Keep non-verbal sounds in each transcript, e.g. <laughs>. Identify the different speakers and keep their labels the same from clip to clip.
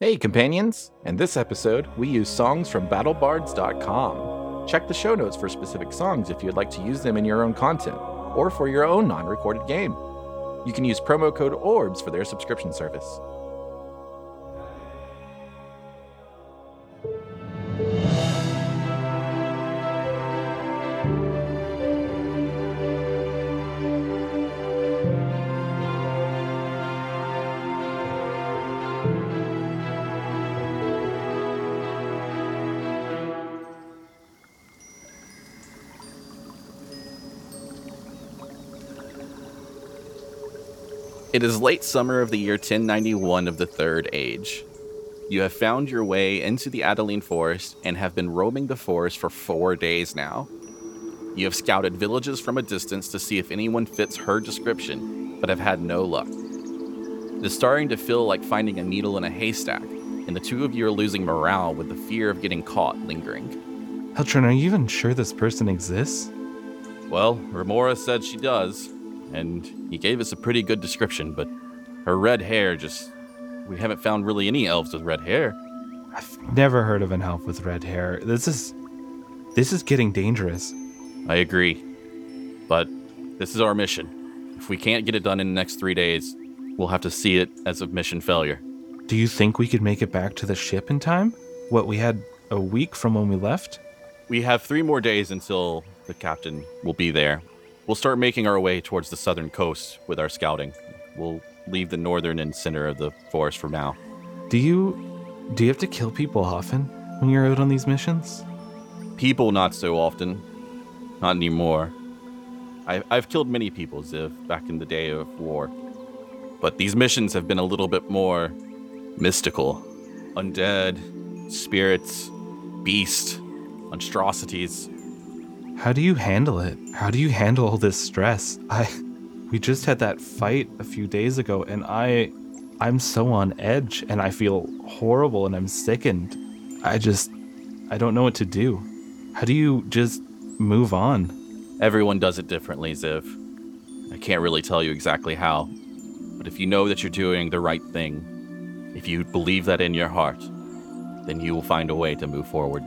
Speaker 1: Hey, companions! In this episode, we use songs from battlebards.com. Check the show notes for specific songs if you'd like to use them in your own content or for your own non recorded game. You can use promo code ORBS for their subscription service.
Speaker 2: It is late summer of the year 1091 of the Third Age. You have found your way into the Adeline Forest and have been roaming the forest for four days now. You have scouted villages from a distance to see if anyone fits her description, but have had no luck. It is starting to feel like finding a needle in a haystack, and the two of you are losing morale with the fear of getting caught lingering.
Speaker 1: Heltron, are you even sure this person exists?
Speaker 2: Well, Remora said she does, and he gave us a pretty good description, but her red hair just. We haven't found really any elves with red hair.
Speaker 1: I've never heard of an elf with red hair. This is. This is getting dangerous.
Speaker 2: I agree. But this is our mission. If we can't get it done in the next three days, we'll have to see it as a mission failure.
Speaker 1: Do you think we could make it back to the ship in time? What, we had a week from when we left?
Speaker 2: We have three more days until the captain will be there. We'll start making our way towards the southern coast with our scouting. We'll leave the northern and center of the forest for now.
Speaker 1: Do you. Do you have to kill people often when you're out on these missions?
Speaker 2: People, not so often. Not anymore. I, I've killed many people, Ziv, back in the day of war. But these missions have been a little bit more mystical. Undead, spirits, beasts, monstrosities.
Speaker 1: How do you handle it? How do you handle all this stress? I we just had that fight a few days ago and I I'm so on edge and I feel horrible and I'm sickened. I just I don't know what to do. How do you just move on?
Speaker 2: Everyone does it differently, Ziv. I can't really tell you exactly how, but if you know that you're doing the right thing, if you believe that in your heart, then you will find a way to move forward.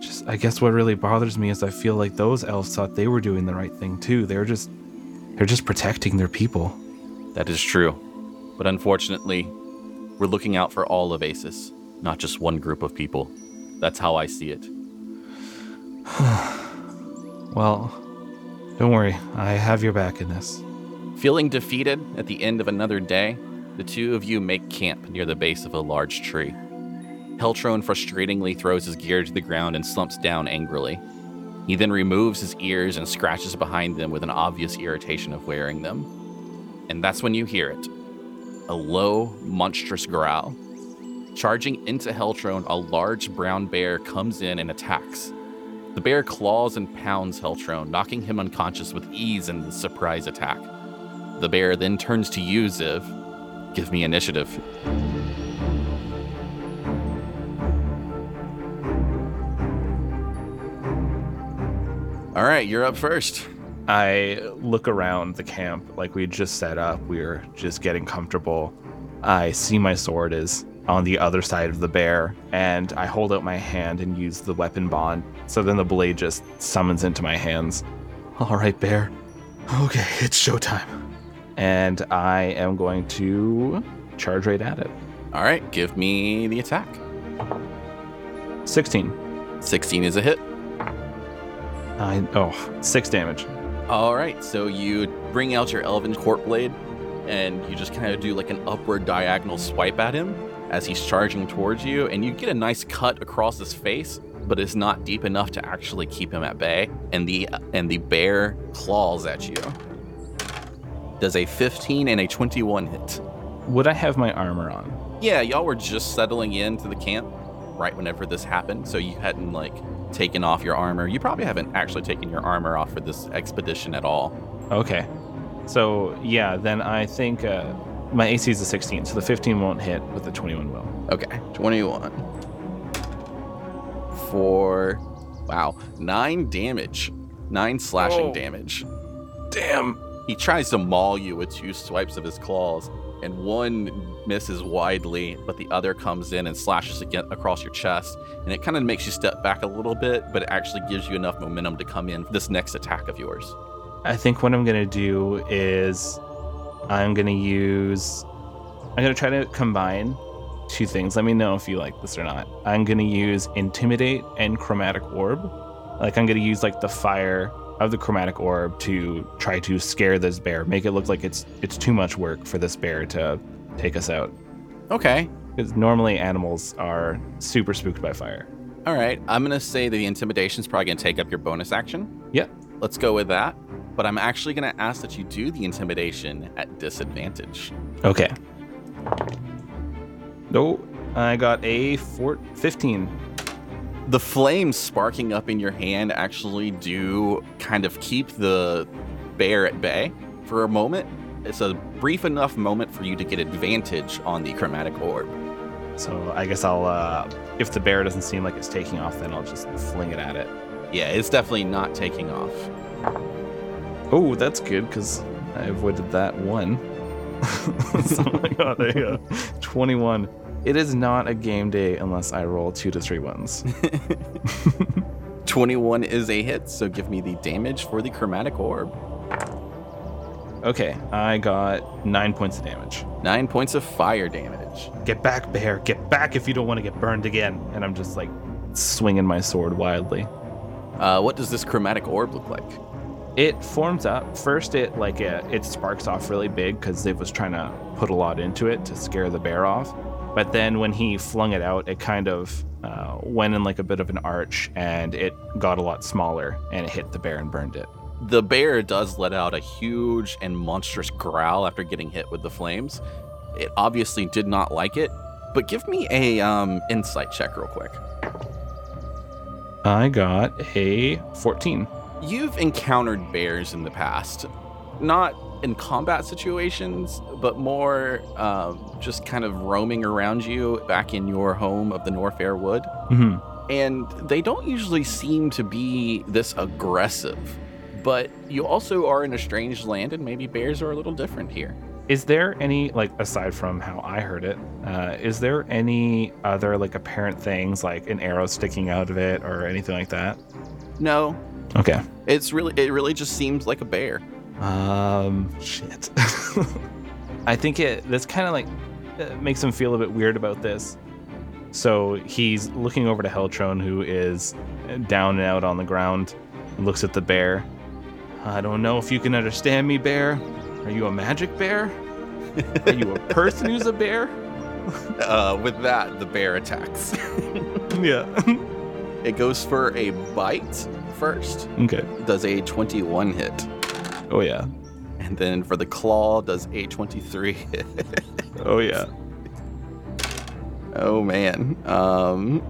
Speaker 1: Just I guess what really bothers me is I feel like those elves thought they were doing the right thing too. They're just they're just protecting their people.
Speaker 2: That is true. But unfortunately, we're looking out for all of Aces, not just one group of people. That's how I see it.
Speaker 1: Well, don't worry. I have your back in this.
Speaker 2: Feeling defeated at the end of another day, the two of you make camp near the base of a large tree. Heltron frustratingly throws his gear to the ground and slumps down angrily. He then removes his ears and scratches behind them with an obvious irritation of wearing them. And that's when you hear it a low, monstrous growl. Charging into Heltron, a large brown bear comes in and attacks. The bear claws and pounds Heltron, knocking him unconscious with ease in the surprise attack. The bear then turns to you, Ziv. Give me initiative. All right, you're up first.
Speaker 1: I look around the camp like we just set up. We're just getting comfortable. I see my sword is on the other side of the bear, and I hold out my hand and use the weapon bond. So then the blade just summons into my hands. All right, bear. Okay, it's showtime. And I am going to charge right at it.
Speaker 2: All right, give me the attack.
Speaker 1: 16.
Speaker 2: 16 is a hit.
Speaker 1: I, oh, six damage.
Speaker 2: All right, so you bring out your elven court blade and you just kind of do like an upward diagonal swipe at him as he's charging towards you, and you get a nice cut across his face, but it's not deep enough to actually keep him at bay. And the and the bear claws at you. Does a 15 and a 21 hit?
Speaker 1: Would I have my armor on?
Speaker 2: Yeah, y'all were just settling into the camp right whenever this happened, so you hadn't like taken off your armor. You probably haven't actually taken your armor off for this expedition at all.
Speaker 1: Okay. So, yeah, then I think uh, my AC is a 16, so the 15 won't hit, but the 21 will.
Speaker 2: Okay, 21. Four. Wow, nine damage. Nine slashing
Speaker 1: Oh.
Speaker 2: damage.
Speaker 1: Damn.
Speaker 2: He tries to maul you with two swipes of his claws, and one misses widely, but the other comes in and slashes again across your chest, and it kind of makes you step back a little bit, but it actually gives you enough momentum to come in for this next attack of yours.
Speaker 1: I think what I'm gonna do is I'm gonna use I'm gonna try to combine two things. Let me know if you like this or not. I'm gonna use intimidate and chromatic orb. Like I'm gonna use like the fire of the chromatic orb to try to scare this bear, make it look like it's it's too much work for this bear to take us out.
Speaker 2: Okay,
Speaker 1: Because normally animals are super spooked by fire.
Speaker 2: all right. I'm gonna say that the intimidation's probably gonna take up your bonus action.
Speaker 1: Yep.
Speaker 2: Let's go with that. But I'm actually gonna ask that you do the intimidation at disadvantage.
Speaker 1: Okay. No, Oh, I got a four, 15.
Speaker 2: the flames sparking up in your hand actually do kind of keep the bear at bay for a moment. It's a brief enough moment for you to get advantage on the chromatic orb.
Speaker 1: So I guess I'll, uh, if the bear doesn't seem like it's taking off, then I'll just fling it at it.
Speaker 2: Yeah, it's definitely not taking off.
Speaker 1: Oh, that's good because I avoided that one. <laughs> so I got a uh, 21. It is not a game day unless I roll two to three ones.
Speaker 2: 21 is a hit, so give me the damage for the chromatic orb.
Speaker 1: Okay, I got nine points of damage.
Speaker 2: Nine points of fire damage.
Speaker 1: Get back, bear! Get back if you don't want to get burned again. And I'm just like swinging my sword wildly.
Speaker 2: Uh, what does this chromatic orb look like?
Speaker 1: it forms up first it like it, it sparks off really big because it was trying to put a lot into it to scare the bear off but then when he flung it out it kind of uh, went in like a bit of an arch and it got a lot smaller and it hit the bear and burned it
Speaker 2: The bear does let out a huge and monstrous growl after getting hit with the flames. It obviously did not like it, but give me a um, insight check real quick.
Speaker 1: i got a 14
Speaker 2: You've encountered bears in the past, not in combat situations, but more um, just kind of roaming around you back in your home of the Norfair Wood.
Speaker 1: hmm
Speaker 2: and they don't usually seem to be this aggressive. But you also are in a strange land, and maybe bears are a little different here.
Speaker 1: is there any like aside from how i heard it uh, is there any other like apparent things like an arrow sticking out of it or anything like that
Speaker 2: No,
Speaker 1: okay
Speaker 2: it's really it really just seems like a bear.
Speaker 1: Um, shit. <laughs> I think it. That's kind of like uh, makes him feel a bit weird about this. So he's looking over to Heltron, who is uh, down and out on the ground. Looks at the bear. I don't know if you can understand me, bear. Are you a magic bear? Are you a person who's a bear?
Speaker 2: Uh, with that, the bear attacks.
Speaker 1: Yeah.
Speaker 2: it goes for a bite first,
Speaker 1: okay.
Speaker 2: does a 21 hit,
Speaker 1: Oh yeah.
Speaker 2: and then for the claw does a 23 hit. <laughs>
Speaker 1: Oh yeah. <laughs>
Speaker 2: Oh man, um,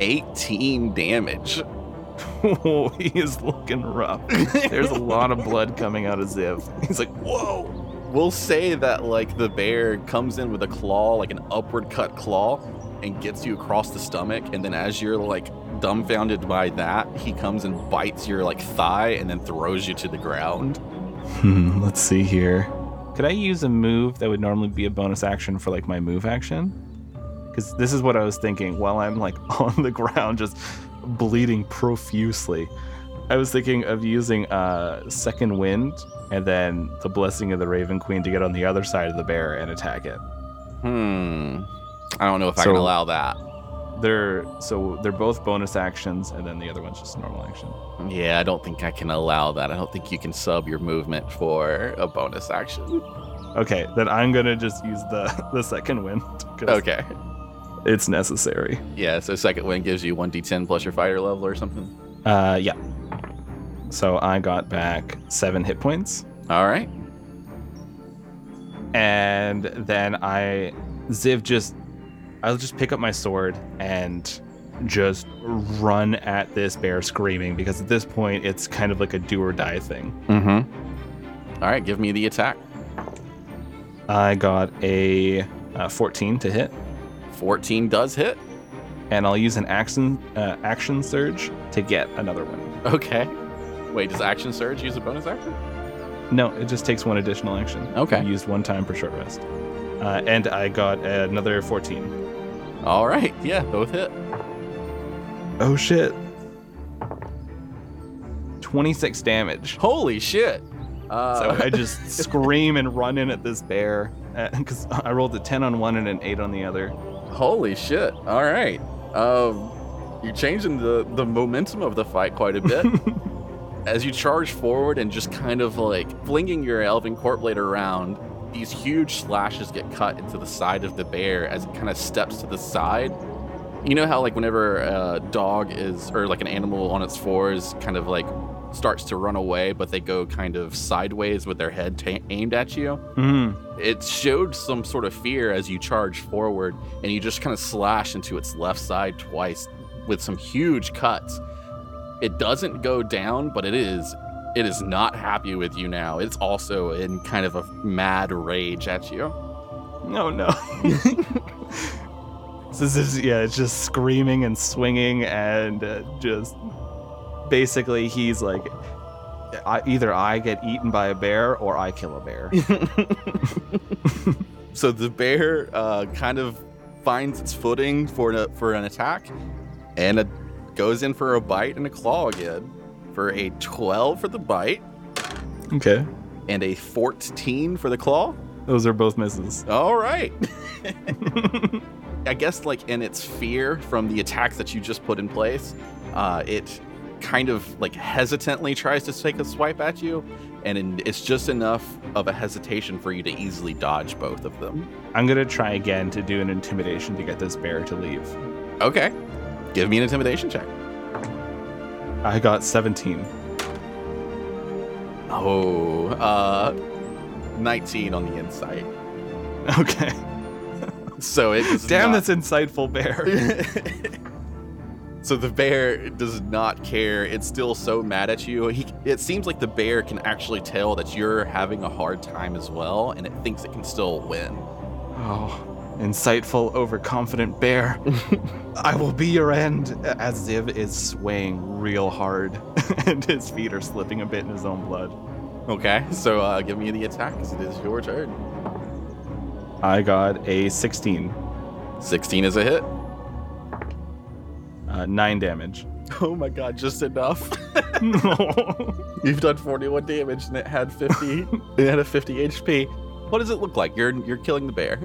Speaker 2: 18 damage.
Speaker 1: Whoa, he is looking rough. There's a lot of blood coming out of Ziv. He's like, whoa.
Speaker 2: We'll say that like the bear comes in with a claw, like an upward cut claw, and gets you across the stomach, and then as you're like dumbfounded by that, he comes and bites your like thigh and then throws you to the ground.
Speaker 1: Hmm, let's see here. Could I use a move that would normally be a bonus action for like my move action? Because this is what I was thinking while I'm like <laughs> on the ground, just bleeding profusely. I was thinking of using uh, second wind and then the blessing of the Raven Queen to get on the other side of the bear and attack it.
Speaker 2: Hmm. I don't know if I
Speaker 1: So-
Speaker 2: can allow that.
Speaker 1: They're so they're both bonus actions, and then the other one's just normal action.
Speaker 2: Yeah, I don't think I can allow that. I don't think you can sub your movement for a bonus action.
Speaker 1: Okay, then I'm gonna just use the <laughs> the second wind. 'cause
Speaker 2: Okay.
Speaker 1: it's necessary.
Speaker 2: Yeah, so second wind gives you 1d10 plus your fighter level or something.
Speaker 1: Uh, yeah. So I got back seven hit points,
Speaker 2: All right.
Speaker 1: and then I, Ziv just, I'll just pick up my sword and just run at this bear screaming because at this point it's kind of like a do or die thing.
Speaker 2: Mm-hmm. All right, give me the attack.
Speaker 1: I got a, uh 14 to hit,
Speaker 2: 14 does hit.
Speaker 1: and I'll use an action uh, action surge to get another one.
Speaker 2: Okay. Wait, does action surge use a bonus action?
Speaker 1: No, it just takes one additional action.
Speaker 2: Okay.
Speaker 1: I used one time per short rest. Uh, and I got another 14.
Speaker 2: All right. Yeah, both hit.
Speaker 1: Oh shit. 26 damage.
Speaker 2: Holy shit.
Speaker 1: So
Speaker 2: Uh, <laughs>
Speaker 1: I just scream and run in at this bear because I rolled a 10 on one and an 8 on the other.
Speaker 2: holy shit. All right. Um, you're changing the, the momentum of the fight quite a bit. As you charge forward and just kind of like flinging your elven court blade around, these huge slashes get cut into the side of the bear as it kind of steps to the side. You know how like whenever a dog is or like an animal on its fours kind of like starts to run away, but they go kind of sideways with their head ta aimed at you.
Speaker 1: Mm.
Speaker 2: it showed some sort of fear as you charge forward and you just kind of slash into its left side twice with some huge cuts it doesn't go down but it is it is not happy with you now it's also in kind of a mad rage at you
Speaker 1: No, no. <laughs> So this is, yeah, it's just screaming and swinging and uh, just basically he's like, I, either I get eaten by a bear or I kill a bear.
Speaker 2: so the bear uh, kind of finds its footing for an, for an attack and it goes in for a bite and a claw again for a 12 for the bite
Speaker 1: okay.
Speaker 2: and a 14 for the claw
Speaker 1: Those are both misses.
Speaker 2: All right. <laughs> I guess, like, in its fear from the attacks that you just put in place, uh, it kind of like hesitantly tries to take a swipe at you, and in- it's just enough of a hesitation for you to easily dodge both of them.
Speaker 1: I'm going to try again to do an intimidation to get this bear to leave.
Speaker 2: Okay. Give me an intimidation check.
Speaker 1: I got 17.
Speaker 2: Oh, uh, 19 on the insight.
Speaker 1: <laughs>
Speaker 2: <laughs>
Speaker 1: Okay.
Speaker 2: So it does
Speaker 1: Damn,
Speaker 2: not-
Speaker 1: that's insightful bear. <laughs>
Speaker 2: so the bear does not care. It's still so mad at you. He, it seems like the bear can actually tell that you're having a hard time as well, and it thinks it can still win.
Speaker 1: Oh, insightful, overconfident bear. <laughs> I will be your end. As Ziv is swaying real hard, <laughs> and his feet are slipping a bit in his own blood.
Speaker 2: Okay, <laughs> so uh, give me the attack because it is your turn.
Speaker 1: I got a 16,
Speaker 2: 16 is a hit.
Speaker 1: uh, 9 <laughs> damage.
Speaker 2: <laughs> Oh my god, just enough. <laughs> You've done 41 damage and it had <laughs> 50. it had a 50 HP. What does it look like? You're you're killing the bear.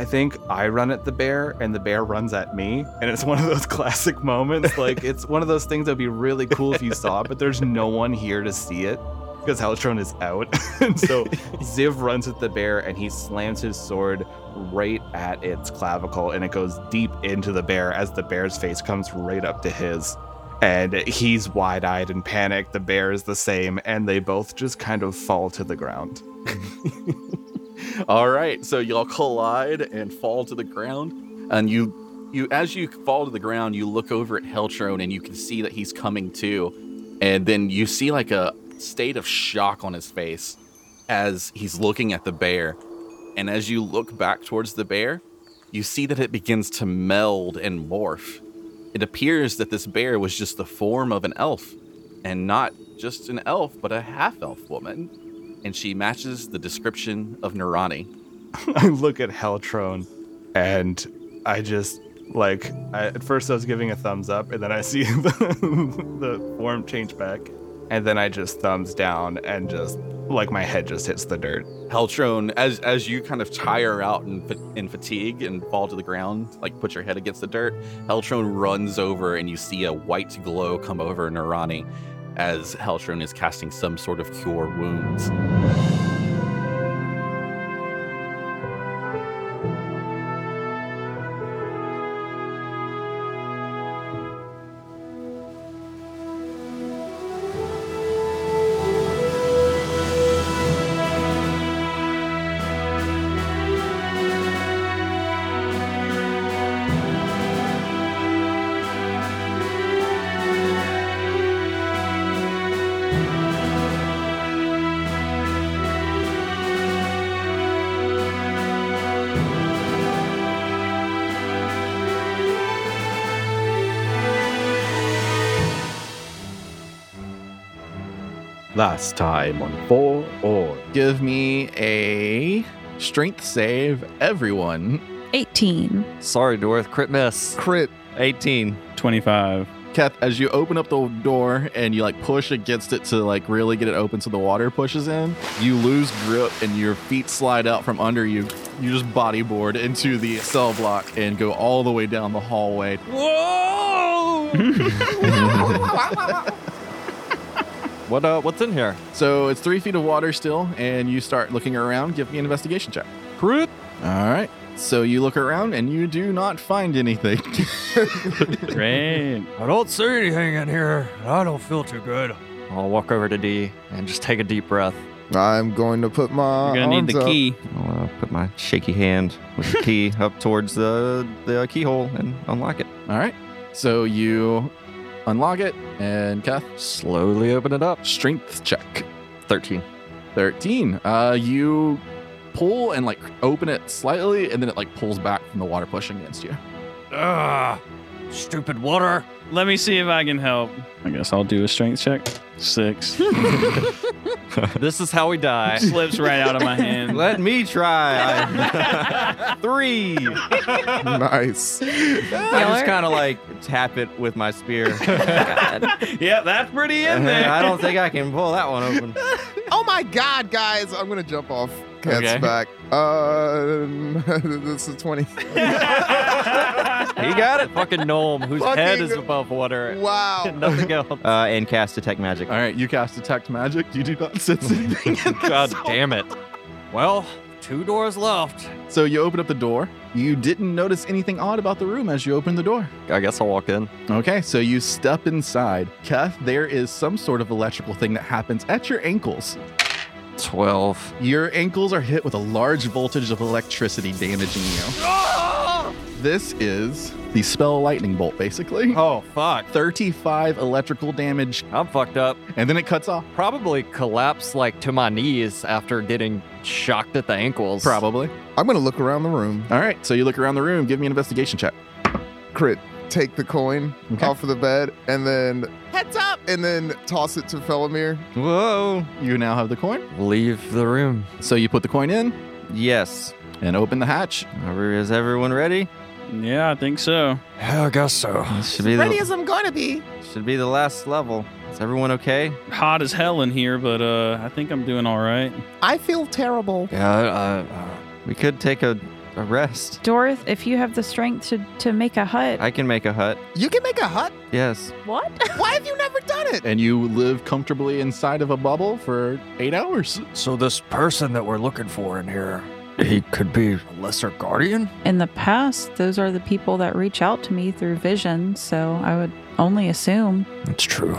Speaker 1: I think I run at the bear, and the bear runs at me, and it's one of those <laughs> classic moments. Like, it's one of those things that would be really cool if you saw it, but there's no one here to see it. Because Haltron is out. <laughs> and so Ziv runs at the bear and he slams his sword right at its clavicle and it goes deep into the bear as the bear's face comes right up to his. And he's wide eyed and panicked. The bear is the same. And they both just kind of fall to the ground.
Speaker 2: All right, so y'all collide and fall to the ground, and you, you as you fall to the ground, you look over at Heltron and you can see that he's coming to, and then you see like a state of shock on his face as he's looking at the bear, and as you look back towards the bear, you see that it begins to meld and morph. It appears that this bear was just the form of an elf, and not just an elf, but a half elf woman and she matches the description of Nirani.
Speaker 1: <laughs> I look at Heltron and I just like I, at first I was giving a thumbs up and then I <laughs> see the, the form change back and then I just thumbs down and just like my head just hits the dirt.
Speaker 2: Heltron, as as you kind of tire out in, fa- in fatigue and fall to the ground, like put your head against the dirt, Heltron runs over and you see a white glow come over Nirani as Heltron is casting some sort of cure wounds.
Speaker 3: Last time on Four Or.
Speaker 4: Give me a strength save, everyone.
Speaker 5: 18.
Speaker 6: Sorry, Dorth. Crit miss.
Speaker 4: Crit
Speaker 6: 18.
Speaker 7: 25.
Speaker 4: Kath, as you open up the door and you like push against it to like really get it open so the water pushes in, you lose grip and your feet slide out from under you. You just bodyboard into the cell block and go all the way down the hallway.
Speaker 6: What uh? What's in here?
Speaker 4: So it's three feet of water still, and you start looking around. Give me an investigation check.
Speaker 6: Crit.
Speaker 4: All right. So you look around and you do not find anything. <laughs>
Speaker 7: Great.
Speaker 6: I don't see anything in here. I don't feel too good. I'll walk over to D and just take a deep breath.
Speaker 8: I'm going to put my
Speaker 7: You're going to
Speaker 8: arms
Speaker 7: need the
Speaker 8: up.
Speaker 7: key.
Speaker 6: I'll uh, put my shaky hand with the key up towards the the keyhole and unlock it.
Speaker 4: all right. So you unlock it, and Kath,
Speaker 6: Slowly open it up. <laughs>
Speaker 4: strength check.
Speaker 6: Thirteen.
Speaker 4: 13. Uh, you pull and like open it slightly, and then it like pulls back from the water pushing
Speaker 9: <laughs>
Speaker 4: against you.
Speaker 6: Ah, stupid water.
Speaker 7: Let me see if I can help. I guess I'll do a strength check. Six.
Speaker 8: <laughs>
Speaker 6: this is how we
Speaker 7: <laughs>
Speaker 6: die.
Speaker 7: Slips right out of my <laughs> hand.
Speaker 6: Let me try. Three.
Speaker 8: Nice.
Speaker 6: I just kind of like tap it with
Speaker 2: <laughs>
Speaker 6: my spear.
Speaker 7: yeah, that's pretty in there.
Speaker 6: I don't think I can pull that one <laughs> open.
Speaker 8: Oh my god, guys! I'm gonna jump off Cat's
Speaker 6: Okay.
Speaker 8: back. Um, this is 20.
Speaker 6: He got it. Fucking gnome whose head
Speaker 8: Fucking-
Speaker 6: is above water.
Speaker 8: Wow.
Speaker 6: Nothing else. Uh, and cast detect magic.
Speaker 4: All right, you cast detect magic. You do not sense anything. in
Speaker 6: <laughs>
Speaker 4: this
Speaker 6: God
Speaker 4: hole.
Speaker 6: damn it. Well, two doors left.
Speaker 4: So you open up the door. You didn't notice anything odd about the room as you open the door.
Speaker 6: I guess I'll walk in.
Speaker 4: Okay, so you step inside. Kath, there is some sort of electrical thing that happens at your ankles.
Speaker 6: 12.
Speaker 4: Your ankles are hit with a large voltage of electricity damaging you. This is the spell lightning bolt, basically.
Speaker 6: Oh, fuck.
Speaker 4: 35 electrical damage,
Speaker 6: I'm fucked up.
Speaker 4: and then it cuts off.
Speaker 6: Probably collapsed like to my knees after getting shocked at the ankles.
Speaker 4: Probably.
Speaker 8: I'm gonna look around the room.
Speaker 4: All right, so you look around the room. Give me an investigation check.
Speaker 8: Crit. Take the coin
Speaker 4: Okay.
Speaker 8: off of the bed and then heads up and then toss it to Felomir.
Speaker 6: Whoa.
Speaker 4: You now have the coin.
Speaker 6: Leave the room.
Speaker 4: So you put the coin in
Speaker 6: Yes.
Speaker 4: and open the hatch.
Speaker 6: Is everyone ready?
Speaker 7: <laughs> Yeah, I think so.
Speaker 6: I guess so. This should be
Speaker 8: Ready
Speaker 6: the,
Speaker 8: as I'm gonna be.
Speaker 6: should be the last level. Is everyone okay?
Speaker 7: Hot as hell in here, but uh, I think I'm doing all right.
Speaker 8: I feel terrible.
Speaker 6: Yeah. we could take a, a rest.
Speaker 5: Dorth, if you have the strength to, to make a hut.
Speaker 6: I can make a hut.
Speaker 8: You can make a hut. <laughs>
Speaker 6: Yes.
Speaker 5: what? <laughs>
Speaker 8: Why have you never done it?
Speaker 4: And you live comfortably inside of a bubble for eight hours.
Speaker 9: So this person that we're looking for in here, he could be a lesser guardian?
Speaker 5: In the past, those are the people that reach out to me through vision, so I would only assume.
Speaker 9: That's true.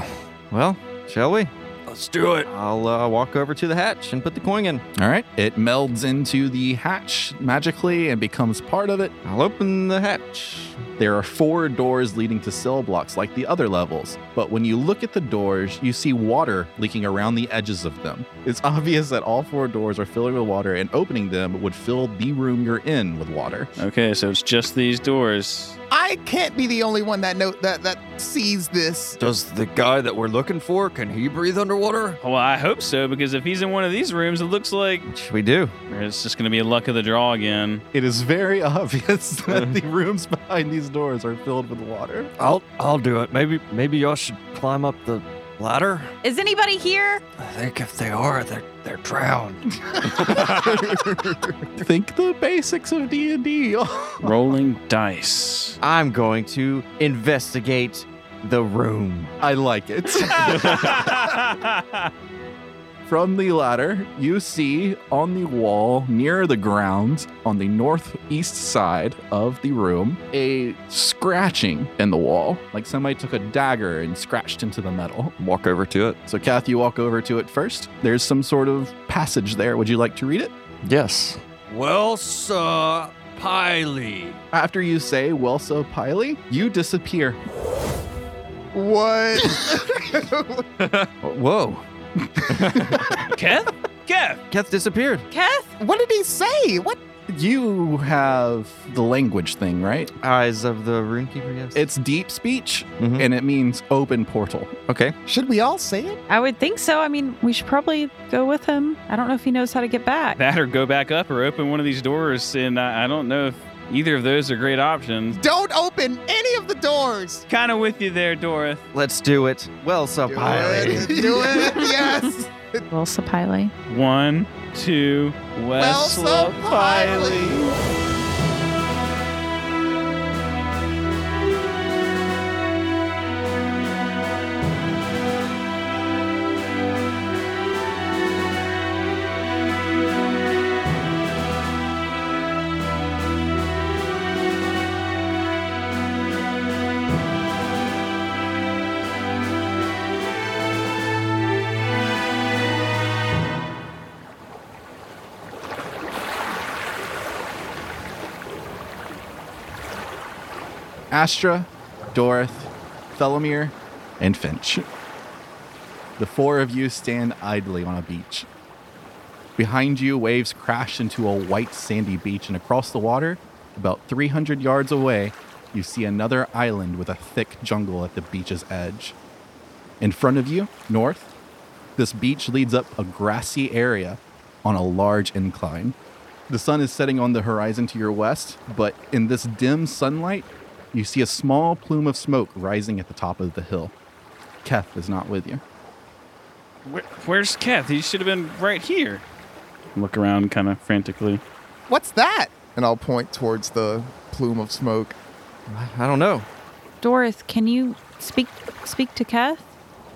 Speaker 6: Well, shall we?
Speaker 9: Let's do it.
Speaker 6: I'll uh, walk over to the hatch and put the coin in.
Speaker 4: All right. It melds into the hatch magically and becomes part of it.
Speaker 6: I'll open the hatch.
Speaker 4: There are four doors leading to cell blocks like the other levels, but when you look at the doors, you see water leaking around the edges of them. It's <laughs> obvious that all four doors are filling with water, and opening them would fill the room you're in with water.
Speaker 7: Okay, so it's just these doors.
Speaker 8: I can't be the only one that know that that sees this.
Speaker 9: Does the guy that we're looking for, can he breathe underwater?
Speaker 7: Well, I hope so, because if he's in one of these rooms, it looks like
Speaker 6: What should we do?
Speaker 7: it's just going to be a luck of the draw again.
Speaker 4: It is very <laughs> obvious that the
Speaker 6: Mm-hmm.
Speaker 4: rooms behind these doors are filled with
Speaker 6: <laughs>
Speaker 4: water.
Speaker 9: I'll I'll do it. Maybe maybe y'all should climb up the ladder.
Speaker 5: Is anybody here?
Speaker 9: I think if they are, they're they're drowned. <laughs>
Speaker 4: Think the basics of D&D.
Speaker 7: Rolling dice.
Speaker 6: I'm going to investigate the room.
Speaker 4: <laughs> I
Speaker 6: <laughs>
Speaker 4: like it. From the ladder, you see on the wall near the ground on the northeast side of the room a scratching in the wall, like somebody took a dagger and scratched into the metal.
Speaker 6: Walk over to it.
Speaker 4: So, Kath, you walk over to it first. There's some sort of passage there. Would you like to read it?
Speaker 6: Yes.
Speaker 9: Well, sir, Piley.
Speaker 4: After you say Welsa Piley, you disappear. <laughs>
Speaker 8: What?
Speaker 6: <laughs> Whoa.
Speaker 7: Keth? Keth!
Speaker 6: Keth disappeared.
Speaker 5: Keth?
Speaker 8: what did he say? What?
Speaker 4: You have the language thing, right?
Speaker 6: Eyes of the Runekeeper, yes.
Speaker 4: It's deep speech
Speaker 6: Mhm.
Speaker 4: and it means open portal.
Speaker 6: okay.
Speaker 8: Should we all say it?
Speaker 5: I would think so. I mean, we should probably go with him. I don't know if he knows how to get back.
Speaker 7: That or go back up or open one of these doors, and I, I don't know if either of those are great options.
Speaker 8: Don't open any of the doors.
Speaker 7: Kind of with you there, Doroth.
Speaker 6: Let's do it. Well, so
Speaker 8: Do
Speaker 6: Piley.
Speaker 8: it. Do
Speaker 4: <laughs>
Speaker 8: it. Yes.
Speaker 5: Wilsa Piley.
Speaker 7: One, two,
Speaker 8: Well,
Speaker 7: West
Speaker 8: so Piley.
Speaker 4: Astra, Doroth, Felomir, and Finch. The four of you stand idly on a beach. Behind you, waves crash into a white sandy beach, and across the water, about 300 yards away, you see another island with a thick jungle at the beach's edge. In front of you, north, this beach leads up a grassy area on a large incline. The sun is setting on the horizon to your west, but in this dim sunlight, you see a small plume of smoke rising at the top of the hill. Keth is not with you.
Speaker 7: Where, where's Keth? He should have been right here. Look around kind of frantically.
Speaker 8: What's that? And I'll point towards the plume of smoke.
Speaker 6: I don't know.
Speaker 5: Doroth, can you speak speak to Keth?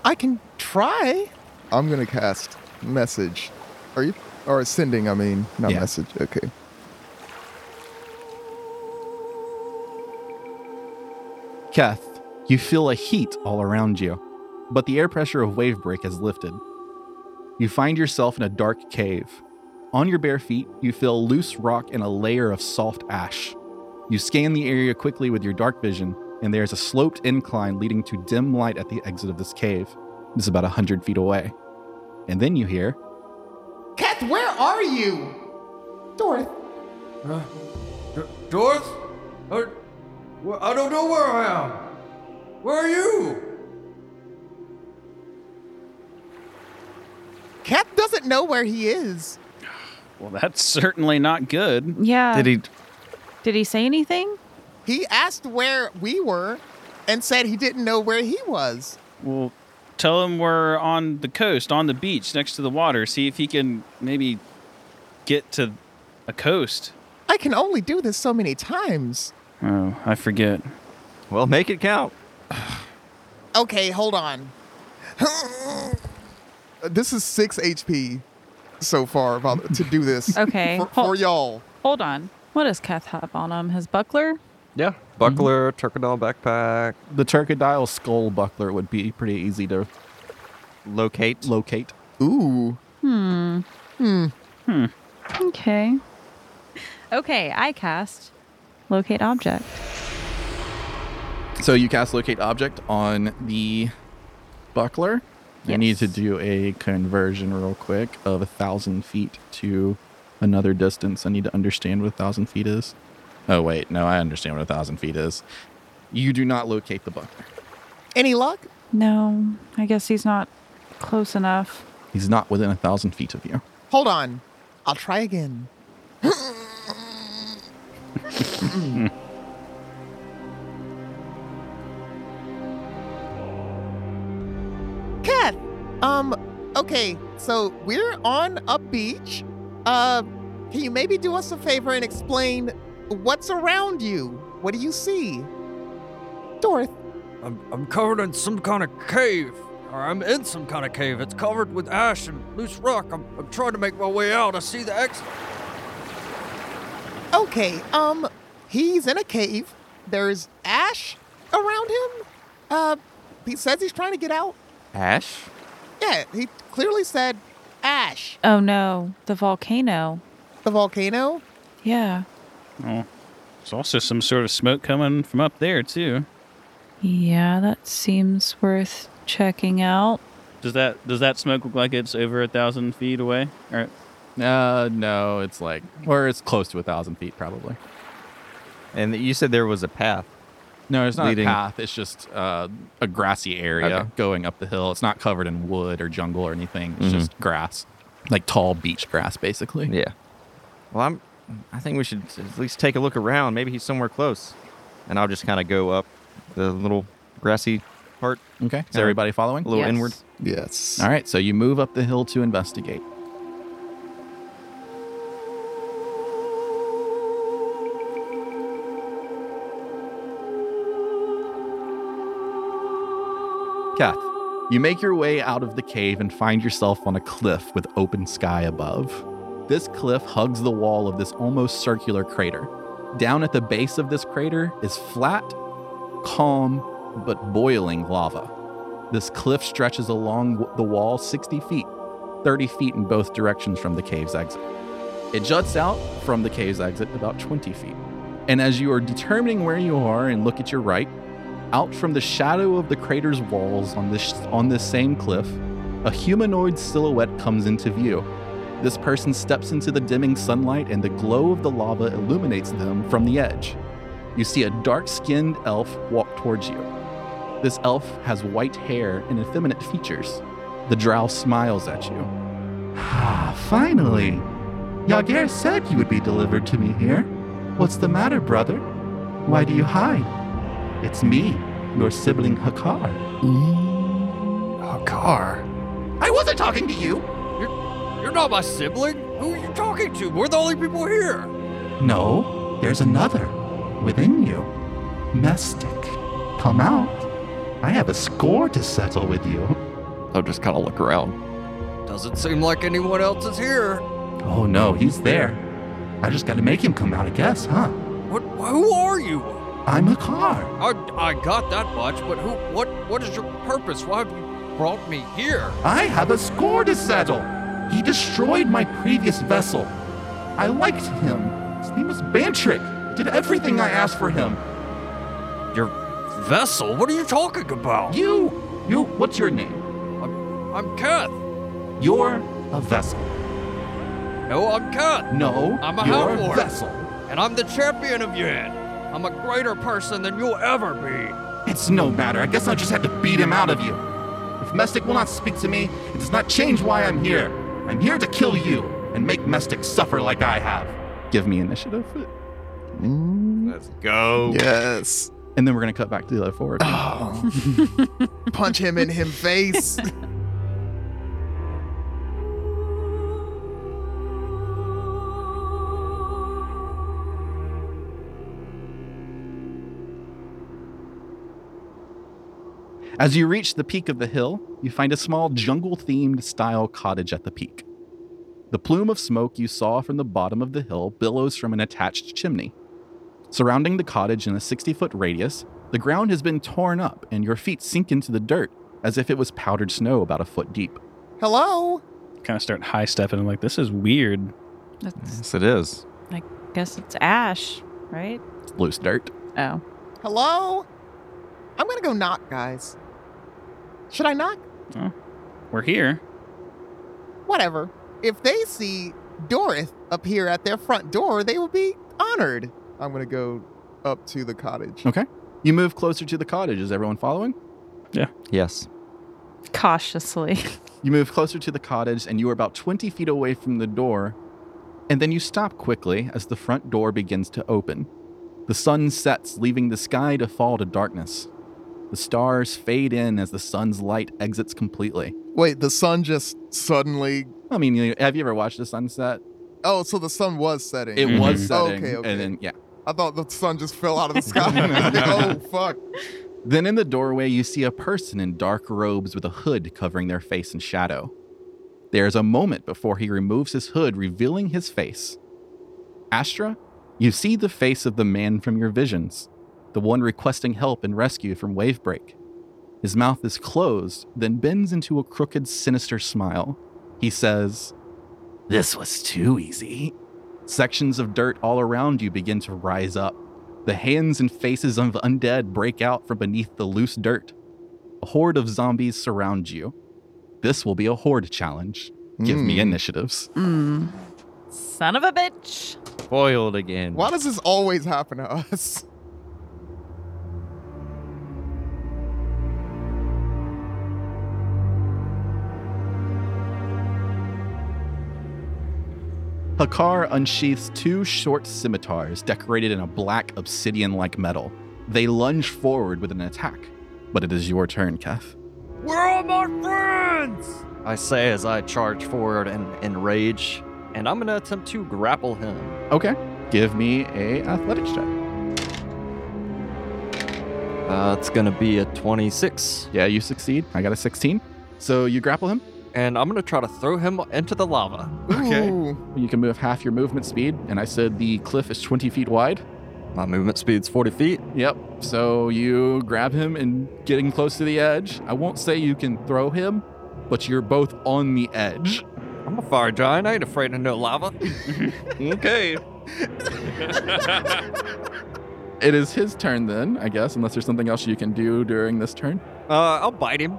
Speaker 8: I can try. I'm gonna cast message. Are you or sending? I mean, not
Speaker 4: Yeah.
Speaker 8: message. Okay.
Speaker 4: Keth, you feel a heat all around you, but the air pressure of Wavebreak has lifted. You find yourself in a dark cave. On your bare feet, you feel loose rock and a layer of soft ash. You scan the area quickly with your dark vision, and there is a sloped incline leading to dim light at the exit of this cave. This is about 100 feet away. And then you hear,
Speaker 8: Keth, where are you? Doroth.
Speaker 9: Dorth? I, Uh, well, I don't know where I am. Where are you?
Speaker 8: Keth doesn't know where he is.
Speaker 7: Well, that's certainly not good.
Speaker 5: Yeah.
Speaker 6: Did he?
Speaker 5: Did he say anything?
Speaker 8: He asked where we were and said he didn't know where he was.
Speaker 7: Well, tell him we're on the coast, on the beach, next to the water. See if he can maybe get to a coast.
Speaker 8: I can only do this so many times.
Speaker 7: Oh, I forget.
Speaker 6: Well, make it count.
Speaker 8: Okay, hold on. <gasps> this is 6 HP so far about to do this.
Speaker 5: <laughs> Okay,
Speaker 8: For,
Speaker 5: hol-
Speaker 8: for y'all.
Speaker 5: Hold on. What does Keth have on him? His buckler?
Speaker 6: Yeah. Buckler, Turkadal backpack.
Speaker 4: The Turcodile skull buckler would be pretty easy to
Speaker 6: Locate.
Speaker 4: locate.
Speaker 8: Ooh.
Speaker 5: Okay. Okay, I cast locate object.
Speaker 4: So you cast locate object on the buckler. You
Speaker 5: Yes.
Speaker 4: need to do a conversion real quick of a thousand feet to another distance. I need to understand what a thousand feet is. Oh wait, no, I understand what a thousand feet is. You do not locate the buckler.
Speaker 8: Any luck?
Speaker 5: No, I guess he's not close enough.
Speaker 4: He's not within a thousand feet of you.
Speaker 8: Hold on. I'll try again. Cat. Um, okay, so we're on a beach. Uh, can you maybe do us a favor and explain what's around you? What do you see? Dorth.
Speaker 9: I'm, I'm covered in some kind of cave. Or I'm in some kind of cave. It's covered with ash and loose rock. I'm, I'm trying to make my way out. I see the exit.
Speaker 8: Okay, um, he's in a cave. There's ash around him. Uh, he says he's trying to get out.
Speaker 6: Ash.
Speaker 8: Yeah, he clearly said ash,
Speaker 5: Oh no, the volcano.
Speaker 8: the volcano.
Speaker 5: Yeah.
Speaker 7: Oh, there's also some sort of smoke coming from up there, too.
Speaker 5: Yeah, that seems worth checking out.
Speaker 7: Does that does that smoke look like it's over a thousand feet away? Or
Speaker 4: Uh, no, it's like, or it's close to a thousand feet probably.
Speaker 6: And you said there was a path.
Speaker 4: No, it's not
Speaker 6: Leading-
Speaker 4: a path. It's just uh, a grassy area
Speaker 6: Okay.
Speaker 4: going up the hill. It's not covered in wood or jungle or anything. It's just grass, like tall beach grass, basically.
Speaker 6: Mm-hmm. Yeah. Well, I'm. I think we should at least take a look around. Maybe he's somewhere close. And I'll just kind of go up the little grassy part,
Speaker 4: Okay. Is
Speaker 6: Yeah.
Speaker 4: everybody following?
Speaker 6: a little
Speaker 5: Yes.
Speaker 6: inward.
Speaker 4: Yes. All right. So you move up the hill to investigate. Kath, you make your way out of the cave and find yourself on a cliff with open sky above. This cliff hugs the wall of this almost circular crater. Down at the base of this crater is flat, calm, but boiling lava. This cliff stretches along w- the wall 60 feet, 30 feet in both directions from the cave's exit. It juts out from the cave's exit about 20 feet. And as you are determining where you are and look at your right, out from the shadow of the crater's walls on this on this same cliff, a humanoid silhouette comes into view. This person steps into the dimming sunlight and the glow of the lava illuminates them from the edge. You see a dark-skinned elf walk towards you. This elf has white hair and effeminate features. The drow smiles at you. Ah, finally! Yager said you would be delivered to me here. What's the matter, brother? Why do you hide? It's me, your sibling Hakar.
Speaker 9: Hakar,
Speaker 4: Mm. I wasn't talking to you!
Speaker 9: you're not my sibling. Who are you talking to? We're the only people here.
Speaker 4: No, there's another within you. Mestic, come out. I have a score to settle with you.
Speaker 2: I'll just kind of look around.
Speaker 9: Doesn't seem like anyone else is here.
Speaker 4: Oh no, he's there. I just gotta make him come out, I guess, huh?
Speaker 9: What? Who are you?
Speaker 4: I'm Hakar.
Speaker 9: I, I got that much, but who? What? What is your purpose? Why have you brought me here?
Speaker 4: I have a score to settle. He destroyed my previous vessel. I liked him. His name was Bantrick. Did everything I asked for him.
Speaker 9: Your vessel? What are you talking about?
Speaker 4: You, you, what's your name?
Speaker 9: I'm Kath.
Speaker 4: You're a vessel.
Speaker 9: No, I'm Kath,
Speaker 4: No,
Speaker 9: I'm a
Speaker 4: you're
Speaker 9: half-orc.
Speaker 4: vessel.
Speaker 9: and I'm the champion of Yan. I'm a greater person than you'll ever be.
Speaker 4: It's no matter. I guess I just had to beat him out of you. If Mestic will not speak to me, it does not change why I'm here. I'm here to kill you and make Mestic suffer like I have. Give me initiative.
Speaker 1: Let's go.
Speaker 8: Yes.
Speaker 4: And then we're going to cut back to the other forward.
Speaker 8: Oh. Punch him in him face.
Speaker 4: As you reach the peak of the hill, you find a small jungle themed style cottage at the peak. The plume of smoke you saw from the bottom of the hill billows from an attached chimney. Surrounding the cottage in a 60 foot radius, the ground has been torn up and your feet sink into the dirt as if it was powdered snow about a foot deep.
Speaker 8: Hello.
Speaker 7: Kind of start high stepping. I'm like, this is weird.
Speaker 5: That's,
Speaker 6: Yes, it is.
Speaker 5: I guess it's ash, right?
Speaker 4: It's loose dirt.
Speaker 5: Oh,
Speaker 8: Hello. I'm gonna go knock, guys. Should I knock?
Speaker 7: We're here.
Speaker 8: Whatever. If they see Dorith appear at their front door, they will be honored. I'm gonna go up to the cottage.
Speaker 4: You move closer to the cottage. Is everyone following?
Speaker 6: Yes.
Speaker 5: cautiously. <laughs>
Speaker 4: You move closer to the cottage and you are about 20 feet away from the door. And then you stop quickly as the front door begins to open. The sun sets, leaving the sky to fall to darkness. The stars fade in as the sun's light exits completely.
Speaker 8: Wait, the sun just suddenly.
Speaker 4: I mean, you- have you ever watched a sunset?
Speaker 8: Oh, so the sun was setting.
Speaker 4: It was
Speaker 8: Mhm.
Speaker 4: setting,
Speaker 8: Okay, okay.
Speaker 4: and then yeah.
Speaker 8: I thought the sun just fell out of the sky. <laughs> oh fuck.
Speaker 4: Then in the doorway, you see a person in dark robes with a hood covering their face in shadow. There is a moment before he removes his hood, revealing his face. Astra, you see the face of the man from your visions, the one requesting help and rescue from Wavebreak. His mouth is closed, then bends into a crooked, sinister smile. He says, This was too easy. Sections of dirt all around you begin to rise up. The hands and faces of undead break out from beneath the loose dirt. A horde of zombies surround you. This will be a horde challenge. Give me
Speaker 8: Mm.
Speaker 4: initiatives.
Speaker 5: Mm. Son of a bitch.
Speaker 6: Foiled again.
Speaker 8: Why does this always happen to us?
Speaker 4: Hakar unsheaths two short scimitars decorated in a black obsidian like metal. They lunge forward with an attack, but it is your turn, Kef.
Speaker 9: Where are my friends?
Speaker 10: I say as I charge forward and enrage, and I'm gonna attempt to grapple him.
Speaker 4: Okay, give me a athletics check.
Speaker 10: Uh, it's gonna be a 26,
Speaker 4: Yeah, you succeed. I got a 16. So you grapple him.
Speaker 10: and I'm gonna try to throw him into the lava.
Speaker 4: Okay.
Speaker 8: Ooh,
Speaker 4: You can move half your movement speed, and I said the cliff is 20 feet wide.
Speaker 10: My movement speed's 40 feet.
Speaker 4: Yep. So you grab him and get him close to the edge. I won't say you can throw him, but you're both on the edge.
Speaker 10: I'm a fire giant. I ain't afraid of no lava.
Speaker 2: Okay.
Speaker 4: It is his turn then, I guess, unless there's something else you can do during this turn.
Speaker 10: Uh, I'll
Speaker 6: <laughs>
Speaker 10: bite him.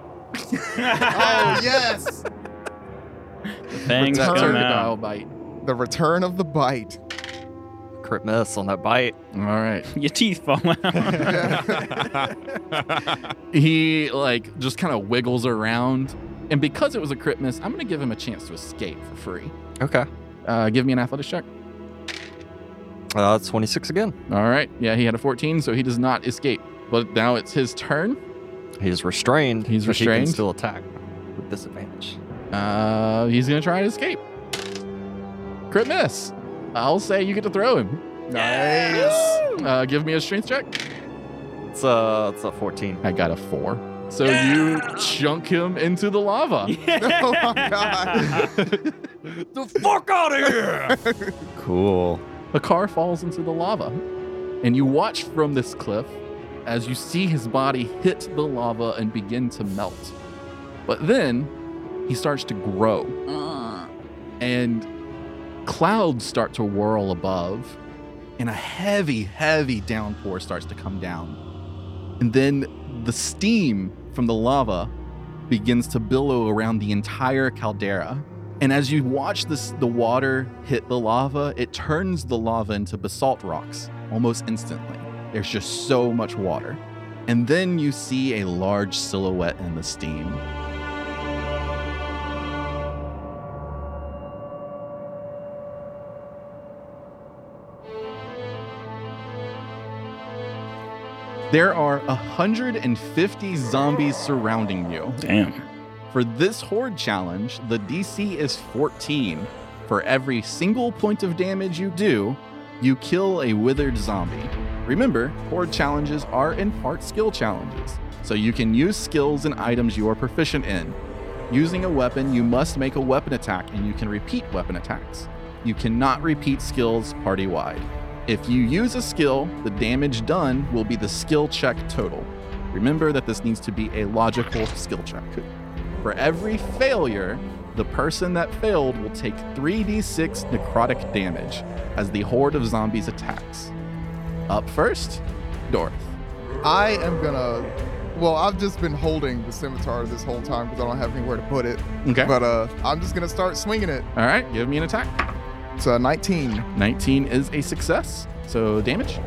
Speaker 8: oh yes, Return
Speaker 7: Things come
Speaker 8: to
Speaker 7: out.
Speaker 4: Crocodile bite.
Speaker 8: the return of the bite.
Speaker 10: Crit miss on that bite.
Speaker 4: All right.
Speaker 7: Your teeth fall out.
Speaker 4: He like just kind of wiggles around, and because it was a crit miss, I'm gonna give him a chance to escape for free.
Speaker 10: Okay.
Speaker 4: Uh, give me an athletics check.
Speaker 10: Uh, it's 26 again.
Speaker 4: All right. Yeah, he had a 14, so he does not escape. But now it's his turn.
Speaker 10: He's restrained.
Speaker 4: He's
Speaker 10: but He
Speaker 4: restrained?
Speaker 10: can still attack with disadvantage.
Speaker 4: Uh, he's gonna try and escape. Crit miss. I'll say you get to throw him.
Speaker 8: Nice.
Speaker 4: Uh, give me a strength check.
Speaker 10: It's a, it's
Speaker 5: <laughs>
Speaker 10: a 14.
Speaker 4: I got a four. So you chunk him into the lava.
Speaker 8: <laughs> oh my god.
Speaker 9: The fuck out of here!
Speaker 6: Cool.
Speaker 4: The car falls into the lava, and you watch from this cliff as you see his body hit the lava and begin to melt. But then he starts to grow, and clouds start to whirl above, and a heavy, heavy downpour starts to come down. And then the steam from the lava begins to billow around the entire caldera. And as you watch this, the water hit the lava, it turns the lava into basalt rocks almost instantly. There's just so much water. And then you see a large silhouette in the steam. There are 150 zombies surrounding you.
Speaker 7: Damn.
Speaker 4: For this horde challenge, the DC is 14. For every single point of damage you do, you kill a withered zombie. Remember, horde challenges are in part skill challenges, so you can use skills and items you are proficient in. Using a weapon, you must make a weapon attack and you can repeat weapon attacks. You cannot repeat skills party wide. If you use a skill, the damage done will be the skill check total. Remember that this needs to be a logical skill check. For every failure, the person that failed will take 3d6 necrotic damage as the horde of zombies attacks. Up first, Dorth.
Speaker 8: I am gonna. Well, I've just been holding the scimitar this whole time because I don't have anywhere to put it.
Speaker 4: Okay.
Speaker 8: But uh, I'm just gonna start swinging it.
Speaker 4: All right, give me an attack.
Speaker 8: It's uh, 19,
Speaker 4: 19 is a success, so damage.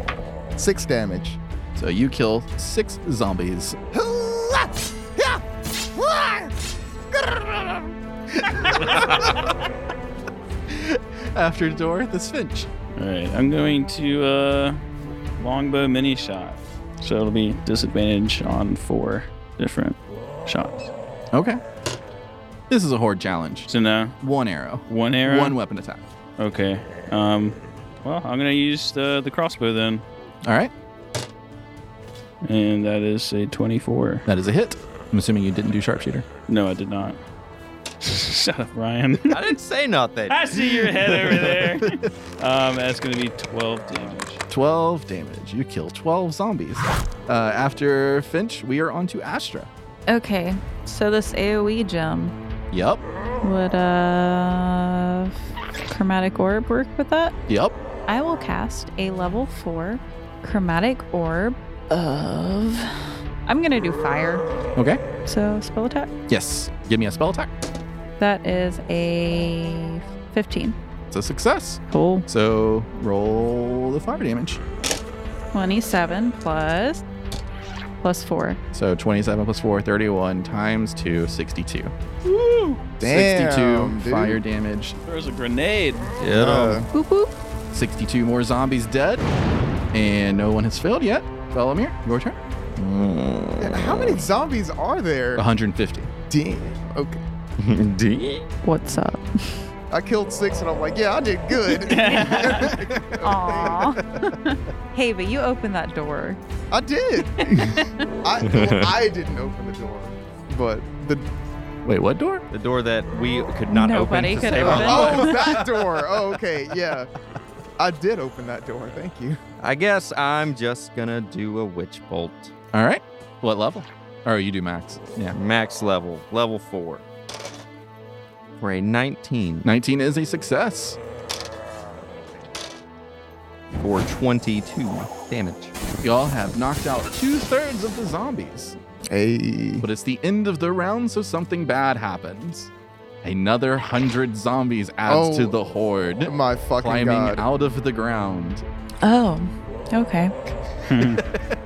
Speaker 8: six damage.
Speaker 4: So you kill six
Speaker 8: <laughs>
Speaker 4: zombies. <laughs> After Dorth is Finch.
Speaker 7: All right, I'm going to uh, longbow mini shot. So it'll be disadvantage on four different shots.
Speaker 4: Okay. This is a horde challenge.
Speaker 7: So now
Speaker 4: One arrow,
Speaker 7: one arrow.
Speaker 4: one weapon attack.
Speaker 7: Okay. Um. Well, I'm gonna use the the crossbow then,
Speaker 4: All right,
Speaker 7: and that is a 24.
Speaker 4: that is a hit. I'm assuming you didn't do sharpshooter.
Speaker 7: No, I did not. <laughs> Shut up, Ryan.
Speaker 6: I didn't say nothing.
Speaker 7: <laughs> I see your head over there. <laughs> um, that's gonna be 12 damage.
Speaker 4: 12 damage. You kill 12 zombies. Uh, after Finch, we are on to Astra.
Speaker 5: Okay, so this AoE gem
Speaker 4: Yep.
Speaker 5: would uh chromatic orb work with that?
Speaker 4: Yep.
Speaker 5: I will cast a level four chromatic orb of. I'm gonna do fire.
Speaker 4: Okay.
Speaker 5: So spell attack.
Speaker 4: Yes. Give me a spell attack.
Speaker 5: That is a 15.
Speaker 4: It's a success.
Speaker 5: Cool.
Speaker 4: So roll the fire damage.
Speaker 5: 27 plus plus 4.
Speaker 4: So 27 plus 4, 31 times 2, 62.
Speaker 7: Woo!
Speaker 4: 62
Speaker 8: Damn, dude.
Speaker 4: fire damage.
Speaker 7: There's a grenade.
Speaker 4: Yeah.
Speaker 5: Boop boop.
Speaker 4: 62 more zombies dead. And no one has failed yet. Felomir, your turn.
Speaker 8: How many zombies are there?
Speaker 4: 150.
Speaker 8: Damn. Okay.
Speaker 5: What's up?
Speaker 8: I killed six, and I'm like, yeah, I did good.
Speaker 5: <laughs> Aw. <laughs> hey, but you opened that door.
Speaker 8: I did. I, well, I didn't open the door, but the
Speaker 4: Wait, what door?
Speaker 6: The door that we could not
Speaker 5: Nobody
Speaker 6: open to
Speaker 5: could
Speaker 6: save
Speaker 5: open.
Speaker 6: our
Speaker 8: oh <laughs>
Speaker 6: life.
Speaker 8: that door. Oh, okay, yeah. I did open that door. Thank you.
Speaker 6: I guess I'm just gonna do a witch bolt.
Speaker 4: All right. What level? Oh, you do max. Yeah.
Speaker 6: Max level, level four. For a 19
Speaker 4: 19 is a success.
Speaker 6: for 22 damage.
Speaker 4: Y'all have knocked out two thirds of the zombies.
Speaker 8: Hey.
Speaker 4: But it's the end of the round, so something bad happens. Another hundred zombies adds to
Speaker 8: Oh,
Speaker 4: the horde,
Speaker 8: My fucking
Speaker 4: climbing
Speaker 8: god.
Speaker 4: out of the ground.
Speaker 5: Oh. Okay.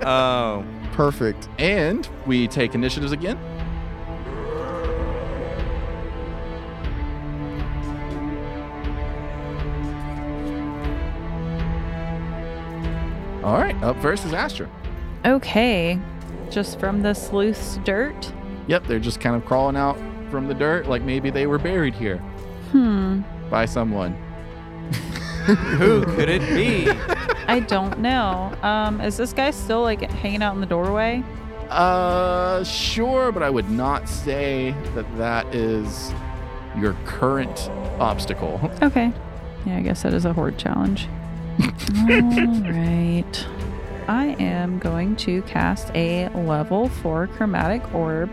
Speaker 6: Oh,
Speaker 8: Perfect.
Speaker 4: And we take initiatives again. All right, up first is Astra.
Speaker 5: Okay. Just from this loose dirt.
Speaker 4: Yep, they're just kind of crawling out from the dirt, like maybe they were buried here
Speaker 5: Hmm.
Speaker 4: by someone.
Speaker 6: who could it be?
Speaker 5: I don't know. Um, is this guy still like hanging out in the doorway?
Speaker 4: Uh, sure, but I would not say that that is your current obstacle. <laughs>
Speaker 5: Okay. Yeah, I guess that is a horde challenge. All right. I am going to cast a level 4 chromatic orb.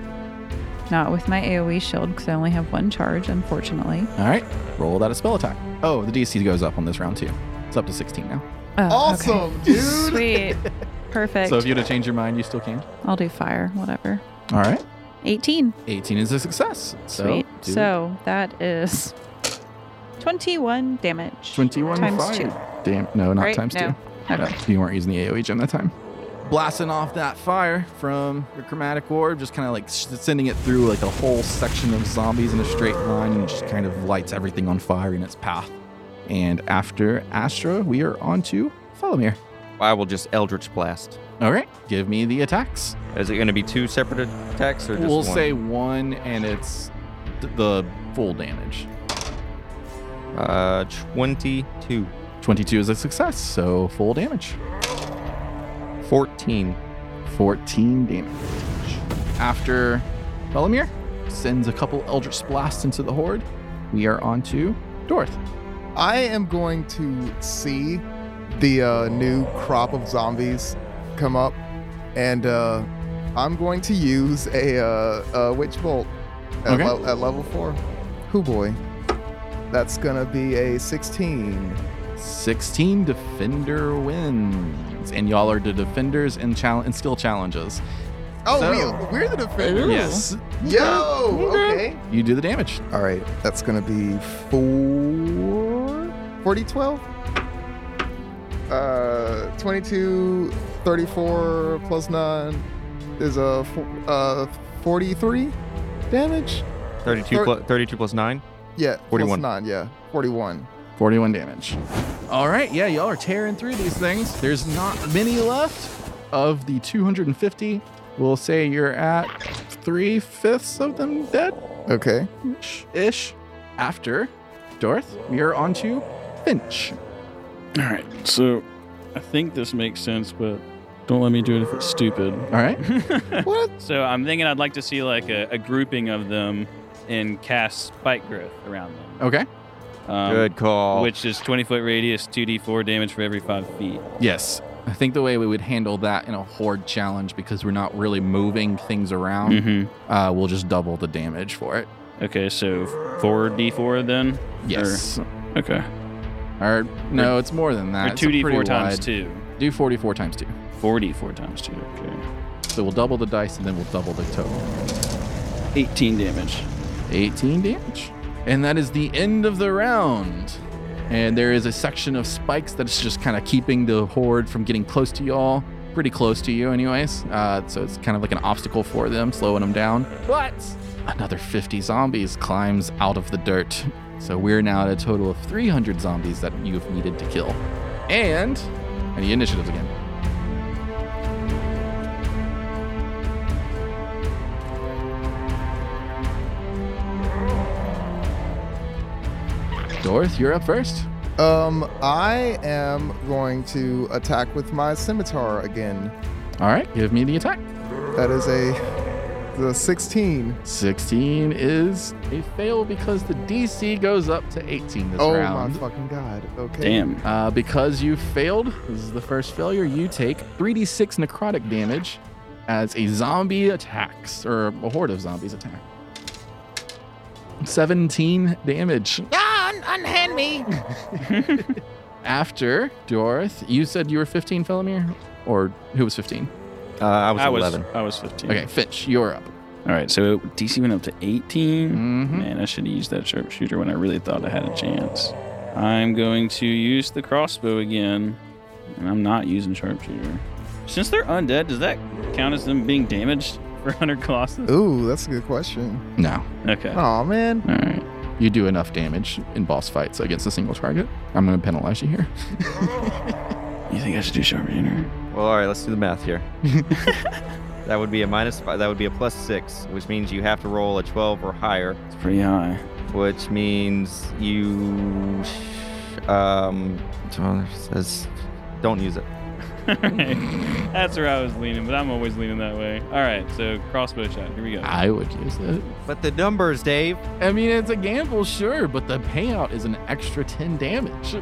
Speaker 5: Not with my AoE shield because I only have one charge, unfortunately.
Speaker 4: All right, roll that a spell attack. Oh, the DC goes up on this round too. It's up to 16 now.
Speaker 5: Oh, okay. <laughs>
Speaker 8: Awesome, dude.
Speaker 5: Sweet. Perfect.
Speaker 4: So if you had to change your mind, you still can.
Speaker 5: I'll do fire, whatever.
Speaker 4: All right,
Speaker 5: 18.
Speaker 4: 18 is a success. So
Speaker 5: Sweet.
Speaker 4: do
Speaker 5: So that is 21 damage.
Speaker 4: 21
Speaker 5: times
Speaker 4: fire.
Speaker 5: two.
Speaker 4: Damn, no, not
Speaker 5: Right?
Speaker 4: times
Speaker 5: No.
Speaker 4: two.
Speaker 5: Okay.
Speaker 4: No, uh, you weren't using the AoE gem that time. Blasting off that fire from your chromatic orb, just kind of like s- sending it through like a whole section of zombies in a straight line and just kind of lights everything on fire in its path. And after Astra, we are on to Felomir.
Speaker 6: I will just Eldritch Blast.
Speaker 4: All right, give me the attacks.
Speaker 6: Is it gonna be two separate attacks or just
Speaker 4: we'll
Speaker 6: one?
Speaker 4: say one, and it's th- the full damage.
Speaker 6: uh, 22,
Speaker 4: 22 is a success, so full damage.
Speaker 6: 14.
Speaker 4: 14 damage. After Bellamir sends a couple Eldritch Blasts into the Horde, we are on to Dorth.
Speaker 8: I am going to see the uh, new crop of zombies come up, and uh, I'm going to use a, uh, a witch bolt at,
Speaker 4: Okay.
Speaker 8: le- at level four. Hoo boy. That's gonna be a 16.
Speaker 4: 16 Defender wins. And y'all are the defenders in, challenge and skill challenges.
Speaker 8: Oh,
Speaker 4: So-
Speaker 8: we, we're the defenders.
Speaker 4: Yes.
Speaker 8: Yo. Okay.
Speaker 4: You do the damage.
Speaker 8: All right. That's gonna be four. 40, 12. Uh, 22, 34 plus nine is a fo- uh 43 damage.
Speaker 6: 32,
Speaker 8: Thir-
Speaker 6: plus, 32 plus 9?
Speaker 8: Yeah. Plus
Speaker 6: 41.
Speaker 8: nine. Yeah. 41.
Speaker 4: 41 damage. All right, yeah, y'all are tearing through these things. There's not many left of the 250. We'll say you're at three fifths of them dead
Speaker 8: Okay.
Speaker 4: ish. After Dorth, we are on to Finch.
Speaker 7: All right. So I think this makes sense, but don't let me do it if it's stupid.
Speaker 4: All right,
Speaker 8: <laughs> what?
Speaker 7: So I'm thinking I'd like to see like a, a grouping of them and cast spike growth around them.
Speaker 4: okay.
Speaker 7: Um,
Speaker 6: Good call.
Speaker 7: Which is 20 foot radius, 2d4 damage for every five feet.
Speaker 4: Yes, I think the way we would handle that in a horde challenge because we're not really moving things around,
Speaker 7: Mm-hmm.
Speaker 4: uh, we'll just double the damage for it.
Speaker 7: Okay, so 4d4 then?
Speaker 4: Yes.
Speaker 7: Okay.
Speaker 4: Or, no, it's more than that.
Speaker 7: or
Speaker 4: It's a
Speaker 7: 2d4
Speaker 4: pretty
Speaker 7: times
Speaker 4: wide-
Speaker 7: 2.
Speaker 4: Do 44 times 2.
Speaker 7: 4d4 times 2. Okay.
Speaker 4: So we'll double the dice and then we'll double the total.
Speaker 7: 18 damage.
Speaker 4: 18 damage. And that is the end of the round. And there is a section of spikes that's just kind of keeping the horde from getting close to y'all. Pretty close to you, anyways. Uh, so it's kind of like an obstacle for them, slowing them down. But another 50 zombies climbs out of the dirt. So we're now at a total of 300 zombies that you've needed to kill. And any initiatives again. Dorth, you're up first.
Speaker 11: Um, I am going to attack with my scimitar again.
Speaker 4: All right, give me the attack.
Speaker 11: That is a the 16.
Speaker 4: 16 is a fail because the DC goes up to 18 this
Speaker 11: oh
Speaker 4: round.
Speaker 11: my fucking god. Okay.
Speaker 7: Damn.
Speaker 4: Uh, because you failed, this is the first failure, you take 3d6 necrotic damage as a zombie attacks, or a horde of zombies attack. 17 damage.
Speaker 8: Ah, un- unhand me.
Speaker 4: <laughs> After, Dorth, you said you were 15, Felomir? Or who was 15?
Speaker 6: Uh, I was
Speaker 7: I was
Speaker 6: 11.
Speaker 7: I was 15.
Speaker 4: Okay, Finch, you're up.
Speaker 7: All right, so DC went up to 18.
Speaker 4: Mhm.
Speaker 7: Man, I should have used that sharpshooter when I really thought I had a chance. I'm going to use the crossbow again, and I'm not using sharpshooter. Since they're undead, does that count as them being damaged <laughs> for Hunter Colossus?
Speaker 11: Ooh, that's a good question.
Speaker 4: No.
Speaker 7: Okay. All
Speaker 11: Oh man.
Speaker 7: right.
Speaker 4: You do enough damage in boss fights against a single target. I'm going to penalize you here.
Speaker 7: You think I should do sharpshooter?
Speaker 6: Well, all right, let's do the math
Speaker 7: <laughs>
Speaker 6: here. that would be a minus five. That would be a plus six, which means you have to roll a 12 or higher,
Speaker 7: It's pretty high.
Speaker 6: which means you. sh- Um, Tyler says, don't use it.
Speaker 7: <laughs> That's where I was leaning, but I'm always leaning that way. All right, so crossbow shot. Here we go.
Speaker 4: I would use it.
Speaker 6: But the numbers, Dave.
Speaker 4: I mean, it's a gamble, sure, but the payout is an extra 10 damage.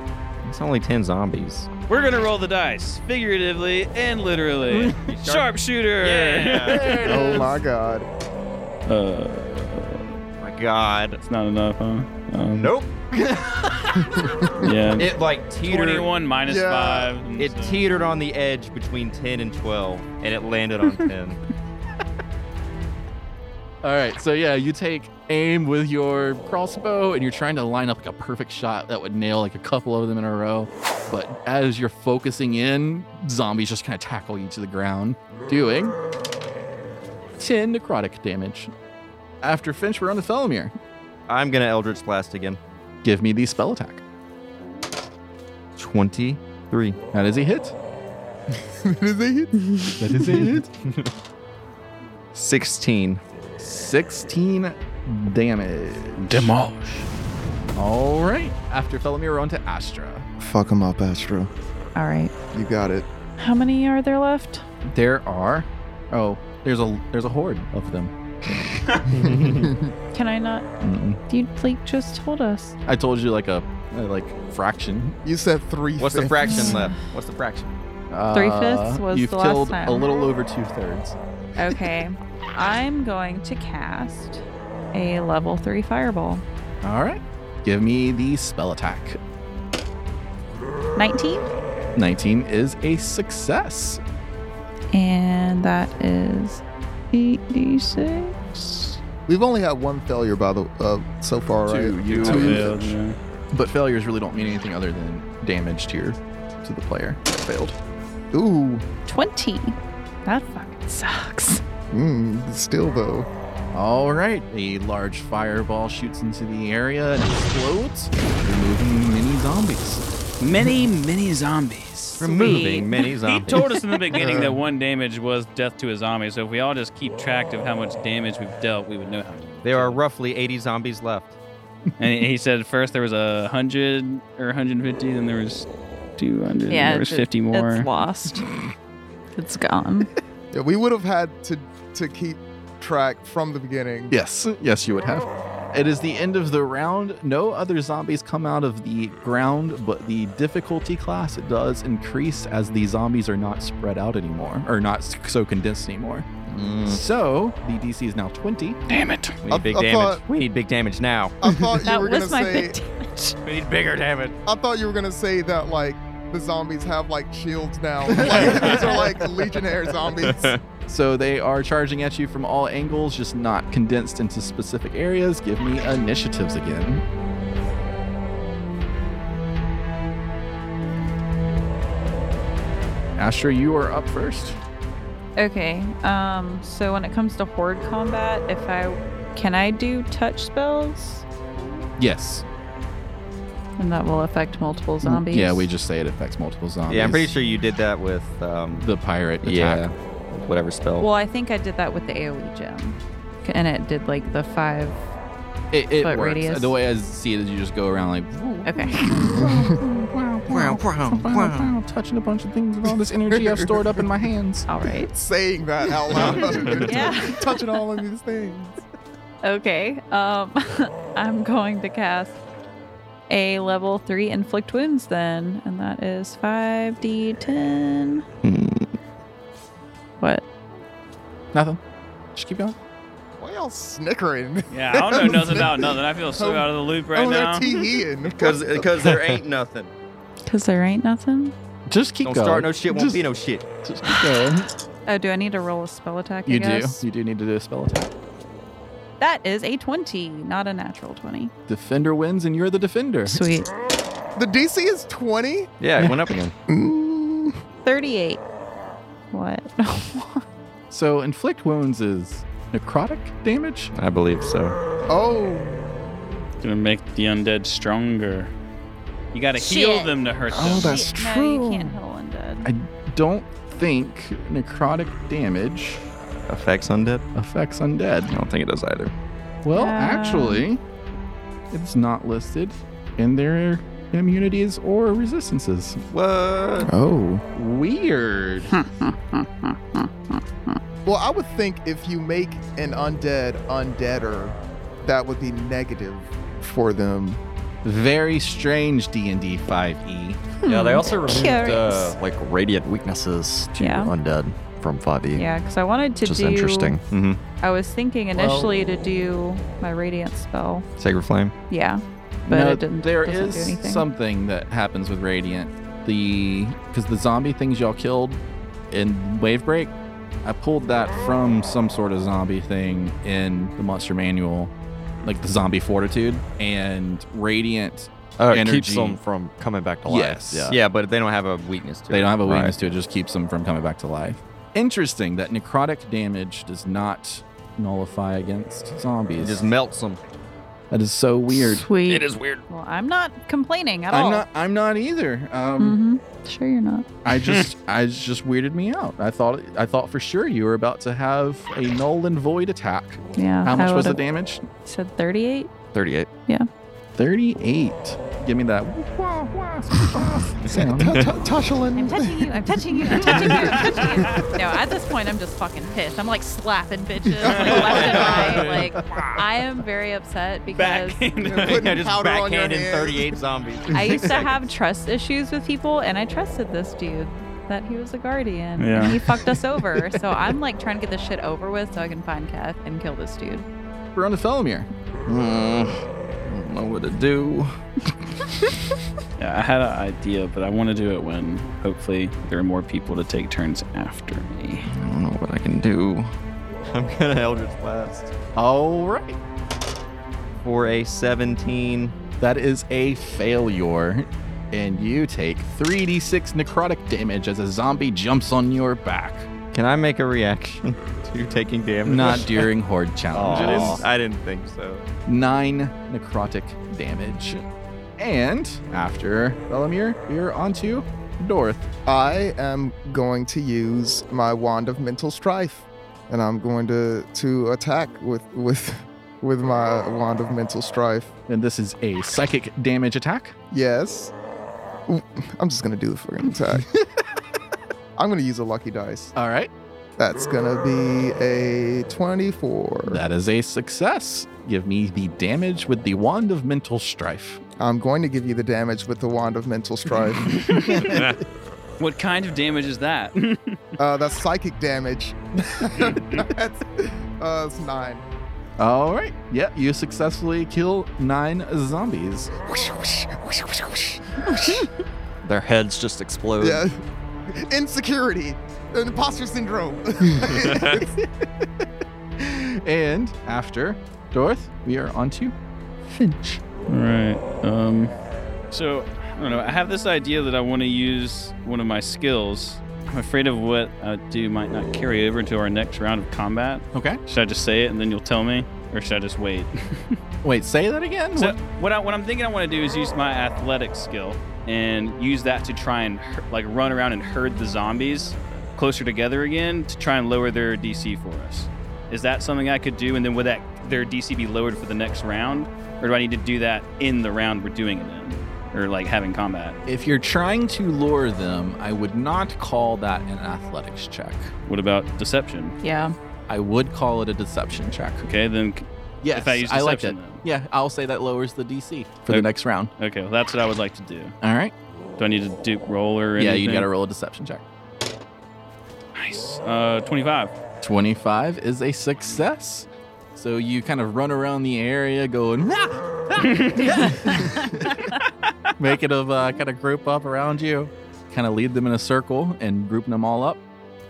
Speaker 6: It's only 10 zombies.
Speaker 7: We're gonna roll the dice, figuratively and literally. Sharpshooter.
Speaker 4: <laughs>
Speaker 11: Oh my god.
Speaker 7: Uh,
Speaker 6: My God.
Speaker 7: it's not enough, huh? Um,
Speaker 6: Nope. <laughs>
Speaker 7: Yeah.
Speaker 6: It like teetered.
Speaker 7: Twenty-one minus
Speaker 11: Yeah.
Speaker 7: five.
Speaker 6: It
Speaker 7: so-
Speaker 6: teetered on the edge between 10 and 12, and it landed
Speaker 7: <laughs>
Speaker 6: on 10.
Speaker 4: All right, so yeah, you take aim with your crossbow and you're trying to line up like a perfect shot that would nail like a couple of them in a row. But as you're focusing in, zombies just kind of tackle you to the ground, doing 10 necrotic damage. After Finch, we're on the Felomir.
Speaker 6: I'm going to Eldritch Blast again.
Speaker 4: Give me the spell attack.
Speaker 6: 23.
Speaker 4: That is a hit. that is a hit.
Speaker 6: 16.
Speaker 4: 16 damage. Demolish. All right. After Felomir, we're on to Astra.
Speaker 11: Fuck him up, Astro.
Speaker 5: All right.
Speaker 11: You got it.
Speaker 5: How many are there left?
Speaker 4: There are. Oh, there's a there's a horde of them.
Speaker 5: Can I not? You Pleek just told us.
Speaker 4: I told you like a, a, like fraction.
Speaker 11: You said three.
Speaker 6: What's the
Speaker 11: fifths.
Speaker 6: fraction left? What's the fraction?
Speaker 4: Uh,
Speaker 5: Three-fifths was
Speaker 4: You've
Speaker 5: the last
Speaker 4: killed
Speaker 5: time.
Speaker 4: a little over two thirds.
Speaker 5: Okay. I'm going to cast a level three fireball.
Speaker 4: All right. Give me the spell attack.
Speaker 5: 19.
Speaker 4: 19 is a success.
Speaker 5: And that is 8d6.
Speaker 11: We've only had one failure by the uh, so far, right?
Speaker 4: you
Speaker 7: I failed,
Speaker 4: failed.
Speaker 7: yeah.
Speaker 4: But failures really don't mean anything other than damage to your to the player. that Failed.
Speaker 11: Ooh.
Speaker 5: 20. That fucking sucks.
Speaker 11: Mm, still though.
Speaker 4: All right. A large fireball shoots into the area and explodes, removing many zombies.
Speaker 7: Many, many zombies.
Speaker 5: Sweet. <laughs>
Speaker 6: Removing many
Speaker 7: He
Speaker 6: zombies.
Speaker 7: told us in the beginning <laughs> that one damage was death to a zombie, so if we all just keep track of how much damage we've dealt, we would know how many.
Speaker 6: There are roughly 80 zombies left.
Speaker 7: And he said first there was a hundred or 150, then there was 200, yeah, there was
Speaker 5: it-
Speaker 7: 50
Speaker 5: It's
Speaker 7: more.
Speaker 5: lost. it's gone.
Speaker 11: Yeah, we would have had to to keep track from the beginning.
Speaker 4: Yes, yes, you would have. It is the end of the round. No other zombies come out of the ground, but the difficulty class does increase as the zombies are not spread out anymore, or not s- so condensed anymore. So the DC is now 20.
Speaker 7: Damn it.
Speaker 6: We
Speaker 11: I-
Speaker 6: need big
Speaker 11: I
Speaker 6: damage.
Speaker 11: thought-
Speaker 6: We need big damage now.
Speaker 7: <laughs>
Speaker 11: I thought you
Speaker 5: that
Speaker 11: were gonna
Speaker 5: was my
Speaker 11: say.
Speaker 5: big damage.
Speaker 6: We need bigger damage.
Speaker 11: I thought you were gonna say that like the zombies have like shields
Speaker 7: <laughs>
Speaker 11: now. Like, these are like legionnaire zombies.
Speaker 4: So they are charging at you from all angles, just not condensed into specific areas. Give me initiatives again. Astra, you are up first.
Speaker 5: Okay. Um. So when it comes to horde combat, if I can I do touch spells,
Speaker 12: Yes.
Speaker 5: and that will affect multiple
Speaker 4: Mm,
Speaker 5: zombies.
Speaker 12: Yeah, we just say it affects multiple zombies.
Speaker 6: Yeah, I'm pretty sure you did that with um,
Speaker 12: the pirate attack.
Speaker 6: Yeah, whatever spell.
Speaker 5: Well, I think I did that with the AOE gem, C- and it did like the five.
Speaker 13: It, it
Speaker 5: Foot
Speaker 13: works.
Speaker 5: radius.
Speaker 13: The way I see it is you just go around like,
Speaker 4: <laughs> Wow, wow, wow. Touching a bunch of things with all this energy I've stored up in my <laughs> hands.
Speaker 5: <laughs> All right.
Speaker 11: Saying that out
Speaker 4: <laughs>
Speaker 6: <laughs>
Speaker 11: loud.
Speaker 5: Yeah.
Speaker 11: Touching all of these things.
Speaker 5: Okay. Um, <laughs> I'm going to cast a level three inflict wounds then, and that is five d ten. Hmm. What?
Speaker 7: Nothing. Just keep going.
Speaker 11: Why y'all snickering?
Speaker 7: Yeah, I don't know <laughs> nothing about nothing. I feel <laughs> so
Speaker 11: Oh,
Speaker 7: out of the loop right
Speaker 11: oh, they're
Speaker 7: now. <laughs>
Speaker 11: tee-heeing.
Speaker 6: Because because there ain't nothing.
Speaker 5: Because there ain't nothing.
Speaker 12: Just
Speaker 6: Don't start no shit. Won't be no shit.
Speaker 4: Just keep going.
Speaker 5: Oh, do I need to roll a spell attack? I
Speaker 4: You do.
Speaker 5: guess?
Speaker 4: You do need to do a spell attack.
Speaker 5: That is a twenty, not a natural twenty.
Speaker 4: Defender wins, and you're the defender.
Speaker 5: Sweet.
Speaker 11: The DC is 20?
Speaker 6: Yeah, it went up again.
Speaker 5: Thirty-eight. What?
Speaker 4: So inflict wounds is necrotic damage.
Speaker 6: I believe so.
Speaker 11: Oh.
Speaker 7: Gonna make the undead stronger. You gotta heal
Speaker 5: Shit.
Speaker 7: them to hurt them.
Speaker 4: Oh, that's true.
Speaker 5: No, you can't heal undead.
Speaker 4: I don't think necrotic damage
Speaker 6: Affects undead.
Speaker 4: affects undead.
Speaker 6: I don't think it does either.
Speaker 4: Well,
Speaker 5: Yeah.
Speaker 4: actually, it's not listed in their immunities or resistances.
Speaker 6: What?
Speaker 4: Oh.
Speaker 12: <laughs>
Speaker 4: Weird.
Speaker 11: Well, I would think if you make an undead undeader, that would be negative for them.
Speaker 12: Very strange D&D 5e.
Speaker 2: Yeah, they also removed
Speaker 5: Curious.
Speaker 2: uh, like radiant weaknesses to
Speaker 5: Yeah.
Speaker 2: undead from 5e.
Speaker 5: Yeah, because I wanted to
Speaker 2: Which is
Speaker 5: do.
Speaker 2: interesting.
Speaker 6: Mm-hmm.
Speaker 5: I was thinking initially to do my radiant spell.
Speaker 6: Sacred flame.
Speaker 5: Yeah, but
Speaker 4: No,
Speaker 5: it didn't.
Speaker 4: there
Speaker 5: doesn't
Speaker 4: is
Speaker 5: do anything.
Speaker 4: something that happens with Radiant. The because the zombie things y'all killed in Wavebreak, I pulled that from some sort of zombie thing in the Monster Manual, like the zombie fortitude and Radiant
Speaker 2: Uh, it
Speaker 4: energy.
Speaker 2: keeps them from coming back to life.
Speaker 4: Yes.
Speaker 2: Yeah.
Speaker 6: Yeah, but they don't have a weakness to it.
Speaker 4: They don't have a weakness to it; just keeps them from coming back to life. Interesting that necrotic damage does not nullify against
Speaker 6: It
Speaker 4: zombies.
Speaker 6: just melts them.
Speaker 4: that is so weird.
Speaker 5: Sweet.
Speaker 6: is weird.
Speaker 5: Well, I'm not complaining at all.
Speaker 4: I'm not. I'm not either. Um,
Speaker 5: Oh. Mm-hmm. Sure, you're not.
Speaker 4: I just, I just weirded me out. I thought, I thought for sure you were about to have a null and void attack.
Speaker 5: Yeah.
Speaker 4: How much
Speaker 5: I
Speaker 4: was the
Speaker 5: would've
Speaker 4: damage?
Speaker 5: Said 38.
Speaker 6: 38.
Speaker 4: Thirty-eight. Give me that. wah, wah, wah sound.
Speaker 5: I'm
Speaker 11: Tushalin.
Speaker 5: touching you. I'm touching you. I'm touching you. I'm touching
Speaker 4: <laughs>
Speaker 5: you. No, at this point, I'm just fucking pissed. I'm like slapping bitches like left
Speaker 4: <laughs>
Speaker 5: and right. Like I am very upset because
Speaker 11: Putting
Speaker 6: Yeah, just
Speaker 11: powder on your
Speaker 6: backhand in
Speaker 11: hand.
Speaker 6: 38 zombies.
Speaker 5: I used to have trust issues with people, and I trusted this dude that he was a guardian,
Speaker 7: Yeah.
Speaker 5: and he fucked us over. so I'm like trying to get this shit over with so I can find Kath and kill this dude.
Speaker 4: We're on the Felomir.
Speaker 2: Mm, I don't know what to do.
Speaker 7: Yeah, I had an idea, but I want to do it when hopefully there are more people to take turns after me.
Speaker 2: I don't know what I can do.
Speaker 6: I'm gonna Eldritch Blast
Speaker 4: All right.
Speaker 6: for a 17.
Speaker 4: That is a failure, and you take three d six necrotic damage as a zombie jumps on your back.
Speaker 6: Can I make a reaction <laughs> to taking damage?
Speaker 4: Not during horde challenges.
Speaker 6: Aw, I didn't think so.
Speaker 4: nine necrotic damage. And after Velamir, we're on to Dorth.
Speaker 11: I am going to use my wand of mental strife, and I'm going to to attack with with with my wand of mental strife.
Speaker 4: And this is a psychic damage attack.
Speaker 11: Yes. Ooh, I'm just gonna do the fucking attack.
Speaker 4: <laughs>
Speaker 11: I'm gonna use a lucky dice.
Speaker 4: All right.
Speaker 11: That's gonna be a 24.
Speaker 4: That is a success. Give me the damage with the Wand of Mental Strife.
Speaker 11: I'm going to give you the damage with the wand of mental strife.
Speaker 7: What kind of damage is that? <laughs>
Speaker 11: uh, that's psychic damage. that's, uh, it's nine.
Speaker 4: All right. Yep, you successfully kill nine zombies.
Speaker 2: Their heads just explode.
Speaker 11: Yeah. Insecurity. Imposter syndrome.
Speaker 4: And after Dorth, we are on to Finch.
Speaker 7: All right. Um. So I don't know. I have this idea that I want to use one of my skills. I'm afraid of what I do might not carry over to our next round of combat.
Speaker 4: Okay.
Speaker 7: Should I just say it and then you'll tell me, or should I just wait?
Speaker 4: Wait, say that again?
Speaker 7: So what, I, what I'm thinking I want to do is use my athletic skill and use that to try and her- like run around and herd the zombies closer together again to try and lower their DC for us. Is that something I could do? And then would that their DC be lowered for the next round, or do I need to do that in the round we're doing it in, or like having combat?
Speaker 4: If you're trying to lure them, I would not call that an athletics check.
Speaker 7: What about deception?
Speaker 5: Yeah.
Speaker 4: I would call it a deception check.
Speaker 7: Okay, then.
Speaker 4: Yes,
Speaker 7: if I use
Speaker 4: like that.
Speaker 7: deception,
Speaker 4: Yeah, I'll say that lowers the DC for the
Speaker 7: Okay.
Speaker 4: next round.
Speaker 7: Okay, well, that's what I would like to do.
Speaker 4: All right.
Speaker 7: Do I need to do roll or
Speaker 4: yeah,
Speaker 7: anything?
Speaker 4: you got to roll a deception check.
Speaker 7: Nice. Uh, 25.
Speaker 4: 25 is a success. So you kind of run around the area going, "Rah! <laughs> Rah!" make it of uh, kind of group up around you, kind of lead them in a circle and group them all up.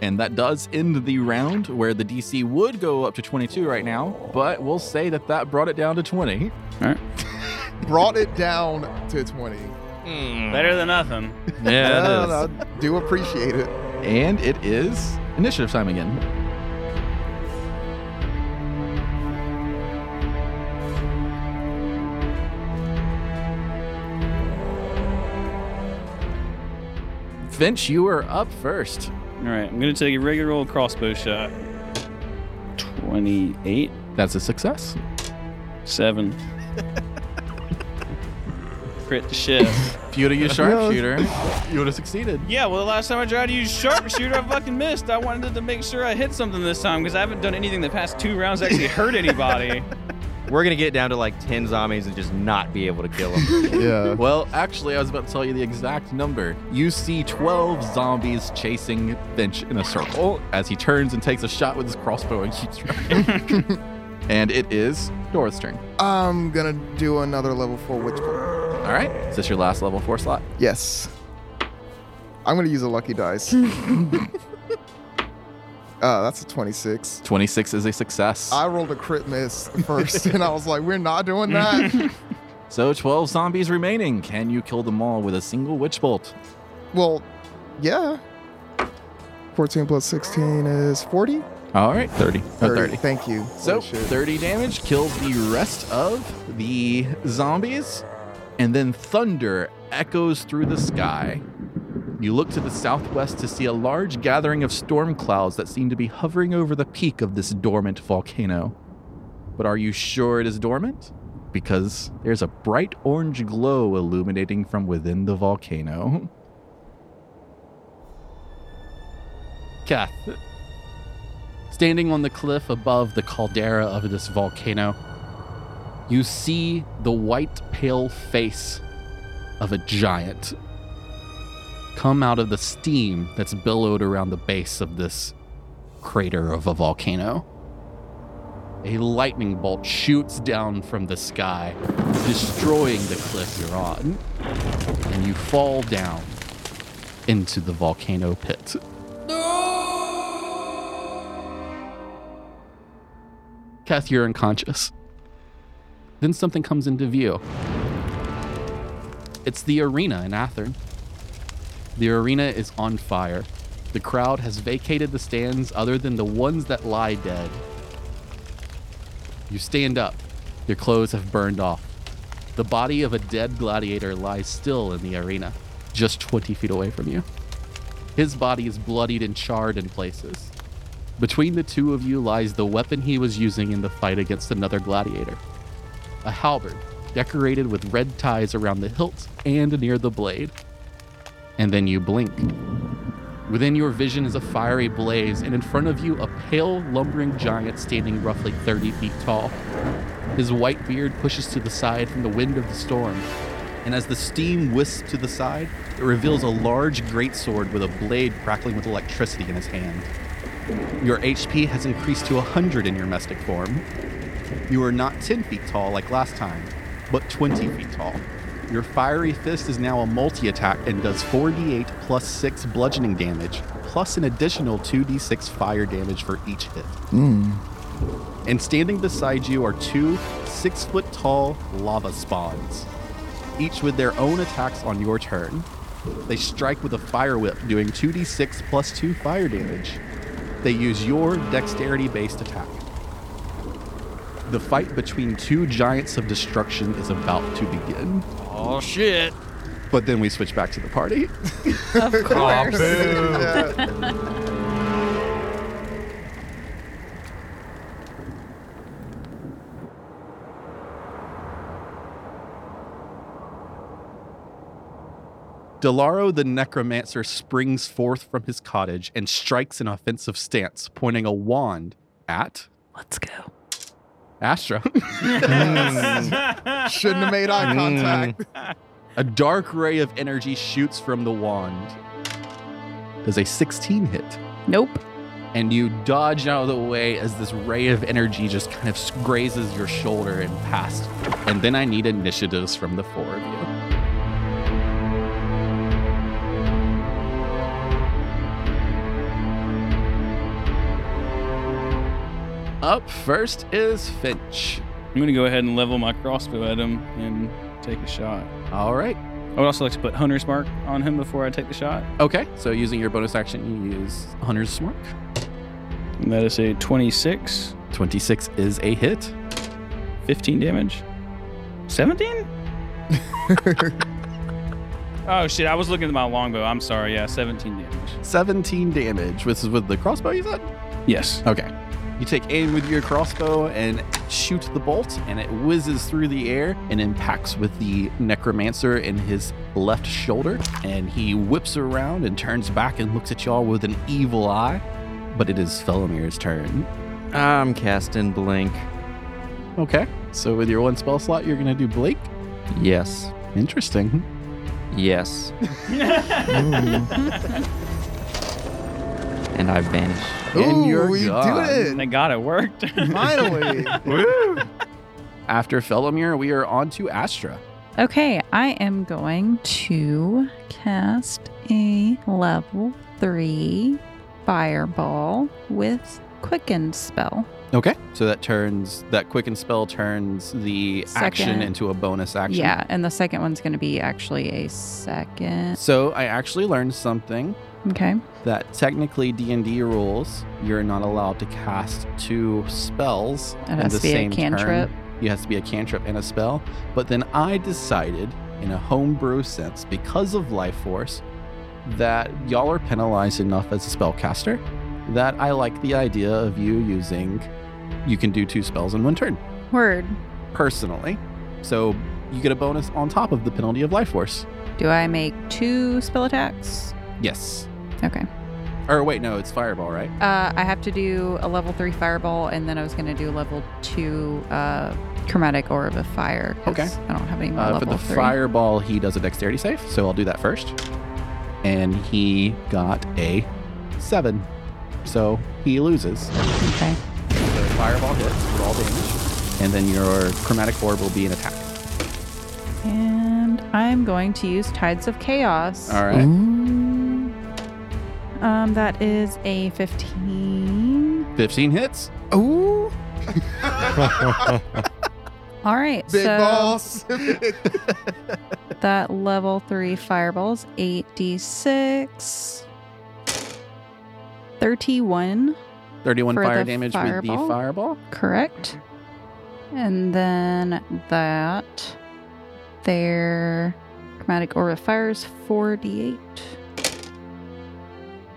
Speaker 4: And that does end the round where the DC would go up to 22 right now, but we'll say that that brought it down to 20.
Speaker 7: All right.
Speaker 10: Brought it down to 20.
Speaker 7: Better than nothing.
Speaker 8: <laughs>
Speaker 10: No, no, no, I do appreciate it.
Speaker 4: And it is initiative time again. Finch, you are up first.
Speaker 7: All right, I'm going to take a regular old crossbow shot. 28.
Speaker 4: That's a success.
Speaker 7: Seven. <laughs> Crit to shit.
Speaker 4: If you would have used sharpshooter, you would have succeeded.
Speaker 7: yeah, well, the last time I tried to use sharpshooter, I fucking missed. I wanted to make sure I hit something this time because I haven't done anything the past two rounds to actually hurt anybody.
Speaker 6: We're gonna get down to like ten zombies and just not be able to kill
Speaker 4: <laughs>
Speaker 6: them.
Speaker 10: Yeah.
Speaker 4: Well, actually, I was about to tell you the exact number. You see 12 zombies chasing Finch in a circle as he turns and takes a shot with his crossbow and keeps running.
Speaker 10: <laughs>
Speaker 4: and it is Dora's turn.
Speaker 10: I'm gonna do another level four witch bolt.
Speaker 4: All right. Is this your last level four slot?
Speaker 10: Yes. I'm gonna use a lucky
Speaker 4: <laughs>
Speaker 10: dice. <laughs> uh, that's a 26.
Speaker 4: 26 is a success.
Speaker 10: I rolled a crit miss first, and I was like, "We're not doing that."
Speaker 4: So 12 zombies remaining. Can you kill them all with a single witch bolt?
Speaker 10: well, yeah. 14 plus 16 is 40.
Speaker 4: All right. 30. Oh,
Speaker 10: 30.
Speaker 4: 30.
Speaker 10: Thank you.
Speaker 4: So
Speaker 10: Holy shit.
Speaker 4: 30 damage kills the rest of the zombies, and then thunder echoes through the sky. You look to the southwest to see a large gathering of storm clouds that seem to be hovering over the peak of this dormant volcano. But are you sure it is dormant? Because there's a bright orange glow illuminating from within the volcano. Kath, standing on the cliff above the caldera of this volcano, you see the white, pale face of a giant come out of the steam that's billowed around the base of this crater of a volcano. A lightning bolt shoots down from the sky, destroying the cliff you're on, and you fall down into the volcano pit. Kath, you're unconscious. Then something comes into view. It's the arena in Athern. The arena is on fire. The crowd has vacated the stands other than the ones that lie dead. You stand up. Your clothes have burned off. The body of a dead gladiator lies still in the arena, just 20 feet away from you. His body is bloodied and charred in places. Between the two of you lies the weapon he was using in the fight against another gladiator a halberd decorated with red ties around the hilt and near the blade. And then you blink. Within your vision is a fiery blaze, and in front of you, a pale, lumbering giant standing roughly 30 feet tall. His white beard pushes to the side from the wind of the storm, and as the steam wisps to the side, it reveals a large greatsword with a blade crackling with electricity in his hand. Your HP has increased to 100 in your mystic form. You are not 10 feet tall like last time, but 20 feet tall. Your fiery fist is now a multi attack and does 4d8 plus 6 bludgeoning damage, plus an additional 2d6 fire damage for each hit. And standing beside you are two six foot tall lava spawns, each with their own attacks on your turn. They strike with a fire whip, doing 2d6 plus 2 fire damage. They use your dexterity based attack. The fight between two giants of destruction is about to begin.
Speaker 9: Oh shit!
Speaker 4: But then we switch back to the party.
Speaker 5: Of course.
Speaker 4: Delaro the Necromancer springs forth from his cottage and strikes an offensive stance, pointing a wand at.
Speaker 5: Let's go.
Speaker 4: Astra. <laughs>
Speaker 11: Shouldn't have made eye contact.
Speaker 4: a dark ray of energy shoots from the wand. Does a 16 hit?
Speaker 5: Nope.
Speaker 4: And you dodge out of the way as this ray of energy just kind of grazes your shoulder and past. And then I need initiatives from the four of you. Up first is Finch.
Speaker 7: <laughs> I'm gonna go ahead and level my crossbow at him and take a shot.
Speaker 4: All right.
Speaker 7: I would also like to put Hunter's Mark on him before I take the shot.
Speaker 4: Okay, so using your bonus action, you use Hunter's Smirk.
Speaker 7: And that is a 26,
Speaker 4: 26 is a hit.
Speaker 7: 15 damage, 17. <laughs> oh shit! I was looking at my longbow. I'm sorry. Yeah, 17 damage.
Speaker 4: 17 damage. This is with the crossbow, you said?
Speaker 7: Yes.
Speaker 4: Okay. You take aim with your crossbow and shoot the bolt, and it whizzes through the air and impacts with the necromancer in his left shoulder. And he whips around and turns back and looks at y'all with an evil eye. But it is Felomir's turn.
Speaker 6: Mm, I'm casting Blink.
Speaker 4: Okay. So with your one spell slot, you're going to do Blake.
Speaker 6: Yes.
Speaker 4: Interesting.
Speaker 6: Yes. and I vanish.
Speaker 11: Ooh,
Speaker 4: and you're
Speaker 11: we
Speaker 4: gone.
Speaker 11: did it.
Speaker 7: Thank God it worked.
Speaker 8: <laughs>
Speaker 11: Finally.
Speaker 4: After Felomir, we are on to Astra.
Speaker 5: Okay, I am going to cast a level three fireball with quickened spell.
Speaker 4: Okay. So that turns that quicken spell turns the action
Speaker 5: Second.
Speaker 4: into a bonus action.
Speaker 5: Yeah, and the second one's going to be actually a second.
Speaker 4: So I actually learned something
Speaker 5: Okay.
Speaker 4: that technically D&D rules you're not allowed to cast two spells
Speaker 5: It
Speaker 4: in
Speaker 5: has
Speaker 4: the
Speaker 5: to be a
Speaker 4: same
Speaker 5: cantrip.
Speaker 4: turn. You has to be a cantrip and a spell. But then I decided in a homebrew sense because of life force that y'all are penalized enough as a spellcaster that I like the idea of you using you can do two spells in one turn.
Speaker 5: Word.
Speaker 4: personally. So you get a bonus on top of the penalty of life force.
Speaker 5: Do I make two spell attacks?
Speaker 4: Yes.
Speaker 5: Okay.
Speaker 4: Or wait, no, it's fireball, right?
Speaker 5: Uh, I have to do a level three fireball, and then I was going to do level two uh, chromatic orb of fire. 'cause
Speaker 4: Okay.
Speaker 5: I don't have any more
Speaker 4: Uh, for
Speaker 5: level
Speaker 4: the
Speaker 5: three.
Speaker 4: fireball, he does a dexterity save, so I'll do that first. And he got a seven, so he loses.
Speaker 5: Okay.
Speaker 4: So fireball hits with all damage, and then your chromatic orb will be an attack.
Speaker 5: And I'm going to use Tides of Chaos.
Speaker 4: All right,
Speaker 5: Um, that is a 15.
Speaker 4: fifteen hits.
Speaker 11: Ooh.
Speaker 5: All right.
Speaker 11: Big
Speaker 5: so
Speaker 4: <laughs>
Speaker 11: boss.
Speaker 5: <laughs> that level three fireballs, 8d6. 31,
Speaker 4: Thirty-one
Speaker 5: For
Speaker 4: fire
Speaker 5: the
Speaker 4: damage with
Speaker 5: fireball?
Speaker 4: the fireball.
Speaker 5: correct. And then that, their chromatic aura fires, 4d8.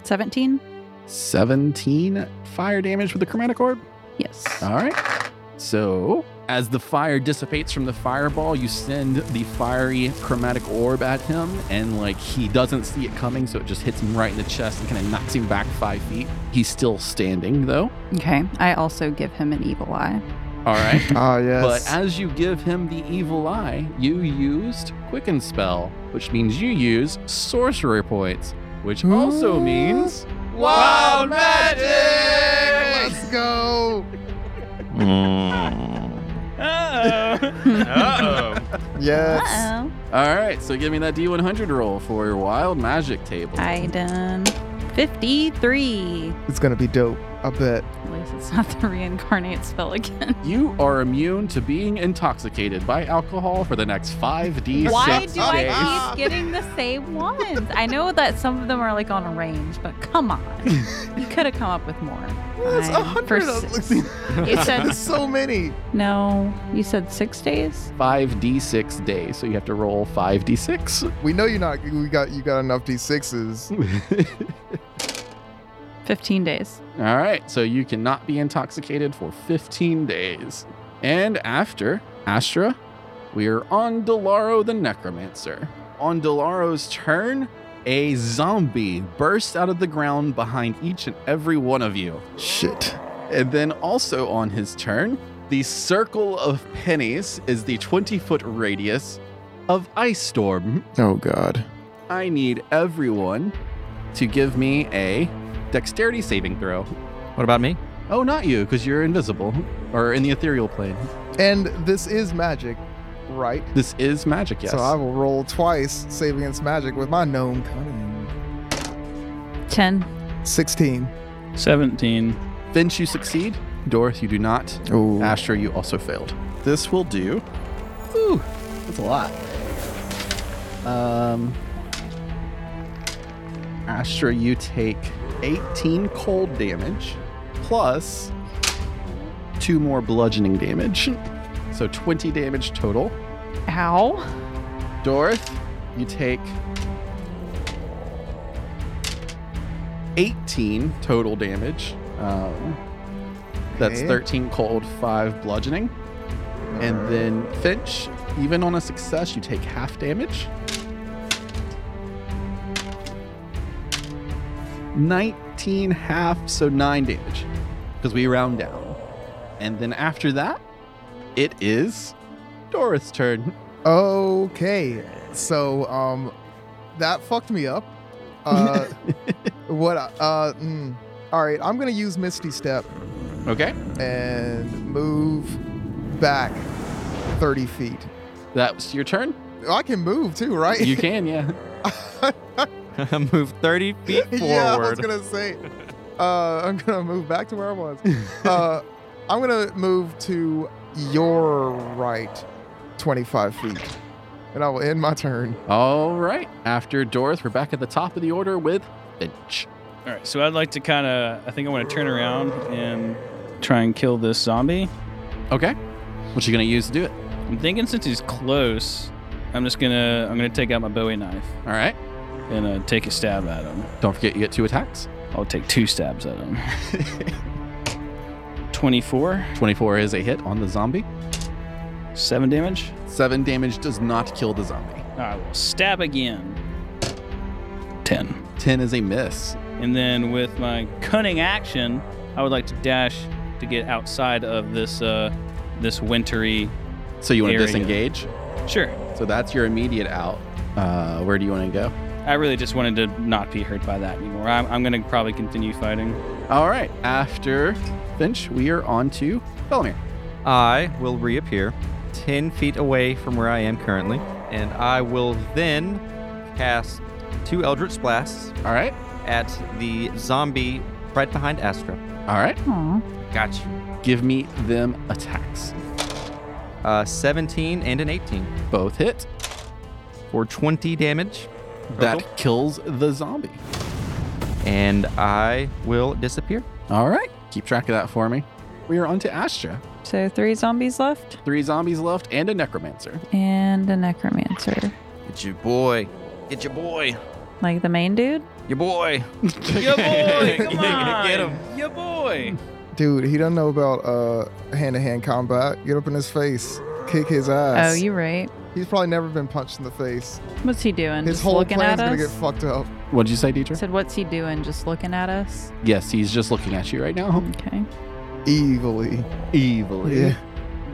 Speaker 5: 17?
Speaker 4: Seventeen fire damage with the chromatic orb.
Speaker 5: Yes.
Speaker 11: Ah.
Speaker 4: All right. So, as the fire dissipates from the fireball, you send the fiery chromatic orb at him, and like he doesn't see it coming, so it just hits him right in the chest and kind of knocks him back five feet. He's still standing though.
Speaker 5: Okay. I also give him an evil eye.
Speaker 4: All right.
Speaker 6: <laughs>
Speaker 11: Ah, yes.
Speaker 4: But as you give him the evil eye, you used Quicken Spell, which means you use sorcery points, which also means
Speaker 11: Wild magic. Let's go.
Speaker 2: Uh oh.
Speaker 11: Yes.
Speaker 5: Uh-oh.
Speaker 4: All right, so give me that D100 roll for your wild magic table.
Speaker 5: I done 53.
Speaker 11: It's gonna be dope. I bet.
Speaker 5: Look least it's not the reincarnate spell again.
Speaker 4: You are immune to being intoxicated by alcohol for the next 5d6
Speaker 5: Why
Speaker 4: days.
Speaker 5: do I keep getting the same ones? I know that some of them are like on a range, but come
Speaker 10: <laughs>
Speaker 5: on. You could have come up with more.
Speaker 10: That's a
Speaker 5: I'm
Speaker 10: hundred.
Speaker 5: pers-
Speaker 10: <laughs>
Speaker 5: You said
Speaker 10: That's so many.
Speaker 5: No, you said six days?
Speaker 4: 5d6 days, so you have to roll 5d6.
Speaker 10: We know you're not. We got you got enough d sixes.
Speaker 5: 15 days.
Speaker 4: All right, so you cannot be intoxicated for 15 days. And after Astra, we are on Delaro the Necromancer. On Delaro's turn, a zombie bursts out of the ground behind each and every one of you.
Speaker 10: Shit.
Speaker 4: And then also on his turn, the circle of pennies is the 20 foot radius of Ice Storm.
Speaker 10: Oh God.
Speaker 4: I need everyone to give me a dexterity saving throw.
Speaker 6: What about me? <laughs>
Speaker 4: Oh, not you, because you're invisible or in the ethereal plane.
Speaker 10: And this is magic, right?
Speaker 4: This is magic, yes.
Speaker 10: So I will roll twice, save against magic with my gnome cunning.
Speaker 5: 10.
Speaker 10: Sixteen.
Speaker 11: 17.
Speaker 4: Finch, you succeed. Doris, you do not. Astra, you also failed. This will do.
Speaker 14: Ooh, that's a lot. Um,
Speaker 4: Astra, you take 18 cold damage plus two more bludgeoning damage. So 20 damage total.
Speaker 5: Ow.
Speaker 4: Dorth, you take 18 total damage. Um, That's
Speaker 10: Okay.
Speaker 4: 13 cold, 5 bludgeoning. And then Finch, even on a success, you take half damage. 19 half, so 9 damage. Because we round down. And then after that, it is Dorith's turn.
Speaker 10: Okay. So um, that fucked me up. <laughs> Uh, what? I- Uh, mm. all right. I'm gonna use Misty Step
Speaker 4: Okay.
Speaker 10: and move back thirty feet.
Speaker 4: That's your turn.
Speaker 10: I can move too, right?
Speaker 4: You can, yeah.
Speaker 6: Move 30 feet forward.
Speaker 10: <laughs> Yeah, I was gonna say. Uh, I'm gonna move back to where I was. Uh, I'm gonna move to your right, 25 feet, and I will end my turn.
Speaker 4: All right. After Dorth, we're back at the top of the order with Finch.
Speaker 11: All right, so I'd like to kind of, I think I want to turn around and try and kill this zombie.
Speaker 4: Okay. What you gonna use to do it?
Speaker 11: I'm thinking since he's close, I'm just gonna, I'm gonna take out my Bowie knife.
Speaker 4: All right.
Speaker 11: And uh, take a stab at him.
Speaker 4: Don't forget you get two attacks.
Speaker 11: I'll take two stabs at him. 24,
Speaker 4: 24 is a hit on the zombie.
Speaker 11: seven damage.
Speaker 4: Seven damage does not kill the zombie.
Speaker 11: I will stab again. 10.
Speaker 4: 10 is a miss.
Speaker 11: And then with my cunning action, I would like to dash to get outside of this, uh, this wintry.
Speaker 4: So you want to
Speaker 11: area.
Speaker 4: disengage?
Speaker 11: Sure.
Speaker 4: So that's your immediate out. Uh, where do you want to go?
Speaker 11: I really just wanted to not be hurt by that anymore. I'm, I'm gonna probably continue fighting.
Speaker 4: All right. After Finch, we are on to Belmir.
Speaker 6: I will reappear 10 feet away from where I am currently, and I will then cast two Eldritch Blasts.
Speaker 4: All right.
Speaker 6: At the zombie right behind Astra.
Speaker 4: All right.
Speaker 5: Aw.
Speaker 6: Got you.
Speaker 4: Give me them attacks.
Speaker 6: Uh, 17 and an 18
Speaker 4: Both hit.
Speaker 6: for 20 damage.
Speaker 4: That kills the zombie.
Speaker 6: And I will disappear.
Speaker 4: All right. Keep track of that for me. We are on to Astra.
Speaker 5: So three zombies left
Speaker 4: Three zombies left and a necromancer.
Speaker 5: and a necromancer.
Speaker 6: Get your boy. Get your boy.
Speaker 5: Like the main dude?
Speaker 6: Your boy.
Speaker 11: Your <laughs> <laughs> boy, come on,
Speaker 6: Get him.
Speaker 11: Your boy.
Speaker 10: Dude, he doesn't know about uh hand-to-hand combat. Get up in his
Speaker 11: <laughs>
Speaker 10: face, kick his ass.
Speaker 5: Oh, you're right.
Speaker 10: He's probably never been punched in the face.
Speaker 5: What's he doing?
Speaker 10: His
Speaker 5: just
Speaker 10: whole
Speaker 5: looking at
Speaker 10: plan's
Speaker 5: us?
Speaker 10: gonna get fucked up.
Speaker 4: What did you say, Dieter?
Speaker 5: said, what's he doing? Just looking at us?
Speaker 4: Yes, he's just looking at you right now. <laughs>
Speaker 5: Okay.
Speaker 10: Evilly.
Speaker 4: Evilly.
Speaker 10: Yeah.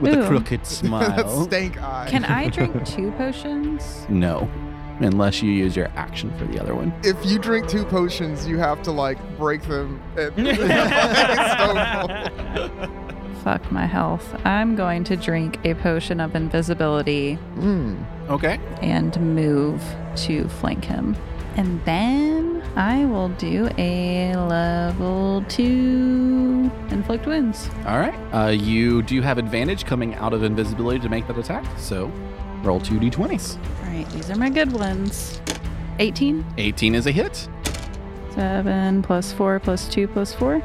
Speaker 4: With a
Speaker 5: Ooh.
Speaker 4: crooked
Speaker 10: that
Speaker 4: smile.
Speaker 10: stank eye.
Speaker 5: Can
Speaker 10: <laughs>
Speaker 5: I drink two potions?
Speaker 4: no. Unless you use your action for the other one.
Speaker 10: if you drink two potions, you have to like break them. At, Stone Cold.
Speaker 5: Fuck my health. I'm going to drink a potion of invisibility
Speaker 10: Mm.
Speaker 4: Okay.
Speaker 5: and move to flank him. And then I will do a level two inflict wounds.
Speaker 4: All right. Uh, you do have advantage coming out of invisibility to make that attack. So roll two d20s.
Speaker 5: All right, these are my good ones. 18,
Speaker 4: 18 is a hit.
Speaker 5: 7 plus 4 plus 2 plus 4,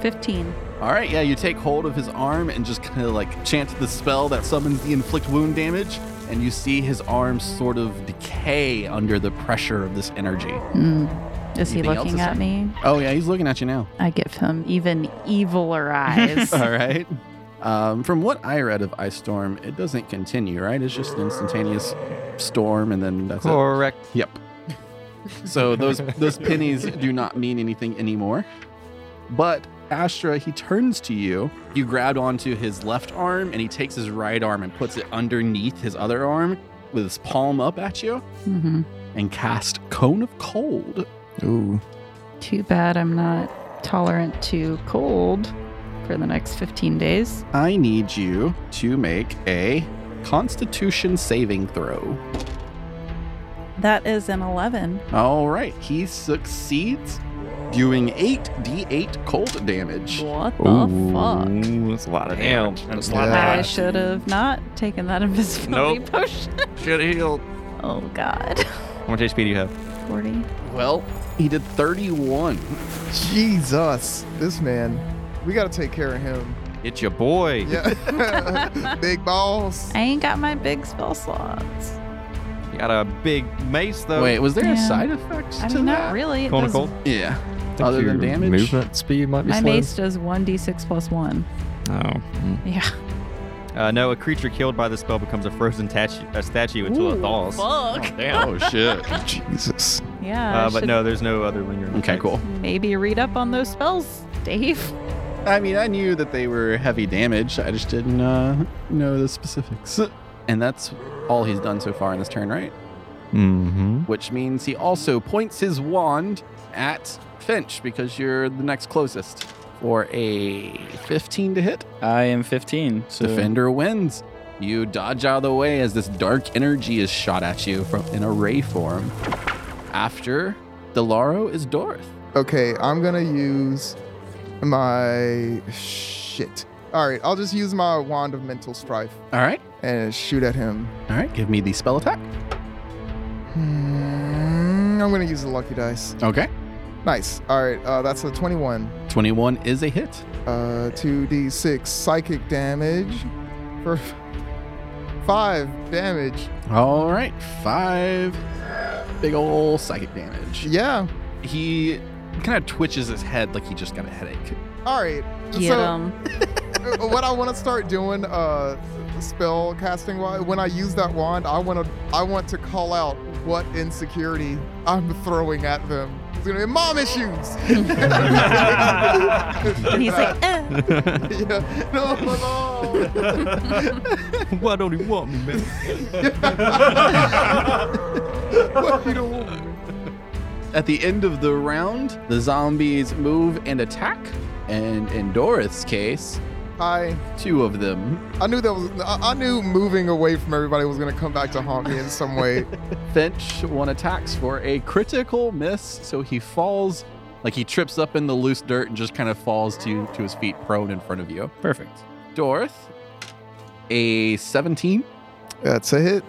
Speaker 5: 15.
Speaker 4: All right, yeah, you take hold of his arm and just kind of like chant the spell that summons the inflict wound damage, and you see his arm sort of decay under the pressure of this energy.
Speaker 5: Mm. Is he
Speaker 4: Anything else
Speaker 5: looking
Speaker 4: this
Speaker 5: at
Speaker 4: time?
Speaker 5: me?
Speaker 4: Oh, yeah, he's looking at you now.
Speaker 5: I give him even eviler eyes.
Speaker 4: <laughs> All right. Um, from what I read of Ice Storm, it doesn't continue, right? It's just an instantaneous storm, and then that's
Speaker 6: Correct.
Speaker 4: it. Yep. So those those pennies do not mean anything anymore. But Astra, he turns to you. You grab onto his left arm, and he takes his right arm and puts it underneath his other arm with his palm up at you,
Speaker 5: Mm-hmm.
Speaker 4: and cast Cone of Cold.
Speaker 15: Ooh.
Speaker 5: Too bad I'm not tolerant to cold for the next 15 days.
Speaker 4: I need you to make a Constitution saving throw.
Speaker 5: That is an 11.
Speaker 4: All right, he succeeds, doing 8d8 cold damage.
Speaker 5: What the fuck?
Speaker 6: Ooh, that's a lot of
Speaker 16: Damn,
Speaker 6: damage.
Speaker 16: that's
Speaker 5: I should have not taken that <laughs> invisibility potion.
Speaker 6: Should have healed.
Speaker 5: Oh, God.
Speaker 6: How much HP do you have?
Speaker 5: 40.
Speaker 4: Well, he did 31.
Speaker 11: Jesus, this man. We got to take care of him.
Speaker 6: It's your boy.
Speaker 11: Yeah. Big balls.
Speaker 5: I ain't got my big spell slots.
Speaker 6: You got a big mace though.
Speaker 4: Wait, was there a
Speaker 5: Yeah.
Speaker 4: side effect
Speaker 5: I
Speaker 4: to
Speaker 5: mean,
Speaker 4: that?
Speaker 5: not really. It
Speaker 6: Cone
Speaker 5: does,
Speaker 6: cold?
Speaker 4: Yeah. Other than
Speaker 15: your
Speaker 4: damage?
Speaker 15: Movement speed might be
Speaker 5: my
Speaker 15: slow.
Speaker 5: mace does 1d6 plus 1.
Speaker 6: Oh. mm.
Speaker 5: <laughs> Yeah.
Speaker 6: Uh, no, a creature killed by the spell becomes a frozen tatu- a statue until it thaws.
Speaker 5: Fuck.
Speaker 4: <laughs> Oh, <laughs> shit.
Speaker 11: Jesus.
Speaker 5: Yeah. I
Speaker 6: Uh, but
Speaker 5: should
Speaker 6: no, there's no other lingering.
Speaker 4: Okay,
Speaker 6: effects.
Speaker 4: cool.
Speaker 5: Maybe read up on those spells, Dave.
Speaker 4: I mean, I knew that they were heavy damage. I just didn't uh, know the specifics. <laughs> And that's all he's done so far in this turn, right?
Speaker 17: Mm-hmm.
Speaker 4: Which means he also points his wand at Finch because you're the next closest for a 15 to hit.
Speaker 7: I am 15. So
Speaker 4: Defender wins. You dodge out of the way as this dark energy is shot at you from in a ray form. After Delaro is Dorth.
Speaker 11: Okay, I'm gonna use my shit. All right, I'll just use my wand of mental strife
Speaker 4: All right.
Speaker 11: and shoot at him.
Speaker 4: All right. Give me the spell attack.
Speaker 11: Hmm, I'm gonna use the lucky dice.
Speaker 4: Okay.
Speaker 11: Nice. All right, uh, that's a 21.
Speaker 4: 21 is a hit.
Speaker 11: Uh, 2d6 psychic damage for f- five damage.
Speaker 4: All right. Five big ol' psychic damage.
Speaker 11: Yeah.
Speaker 4: He kind of twitches his head like he just got a headache.
Speaker 11: All right.
Speaker 5: Get
Speaker 11: so,
Speaker 5: 'em.
Speaker 11: Uh, what I want to start doing, uh, spell casting wise, when I use that wand, I want to, I want to call out what insecurity I'm throwing at them. It's gonna be mom issues.
Speaker 5: And he's like,
Speaker 6: <laughs>
Speaker 5: eh.
Speaker 11: yeah, <laughs> no, no.
Speaker 6: Why don't he want me, man?
Speaker 11: What you don't want me.
Speaker 4: At the end of the round, the zombies move and attack. And in Dorith's case,
Speaker 11: Hi.
Speaker 4: two of them
Speaker 11: I knew that was. I, I knew moving away from everybody was gonna come back to haunt me in some way.
Speaker 4: Finch one attacks for a critical miss, so he falls, like he trips up in the loose dirt and just kind of falls to to his feet, prone in front of you.
Speaker 7: perfect.
Speaker 4: Dorth, a 17
Speaker 11: That's a hit.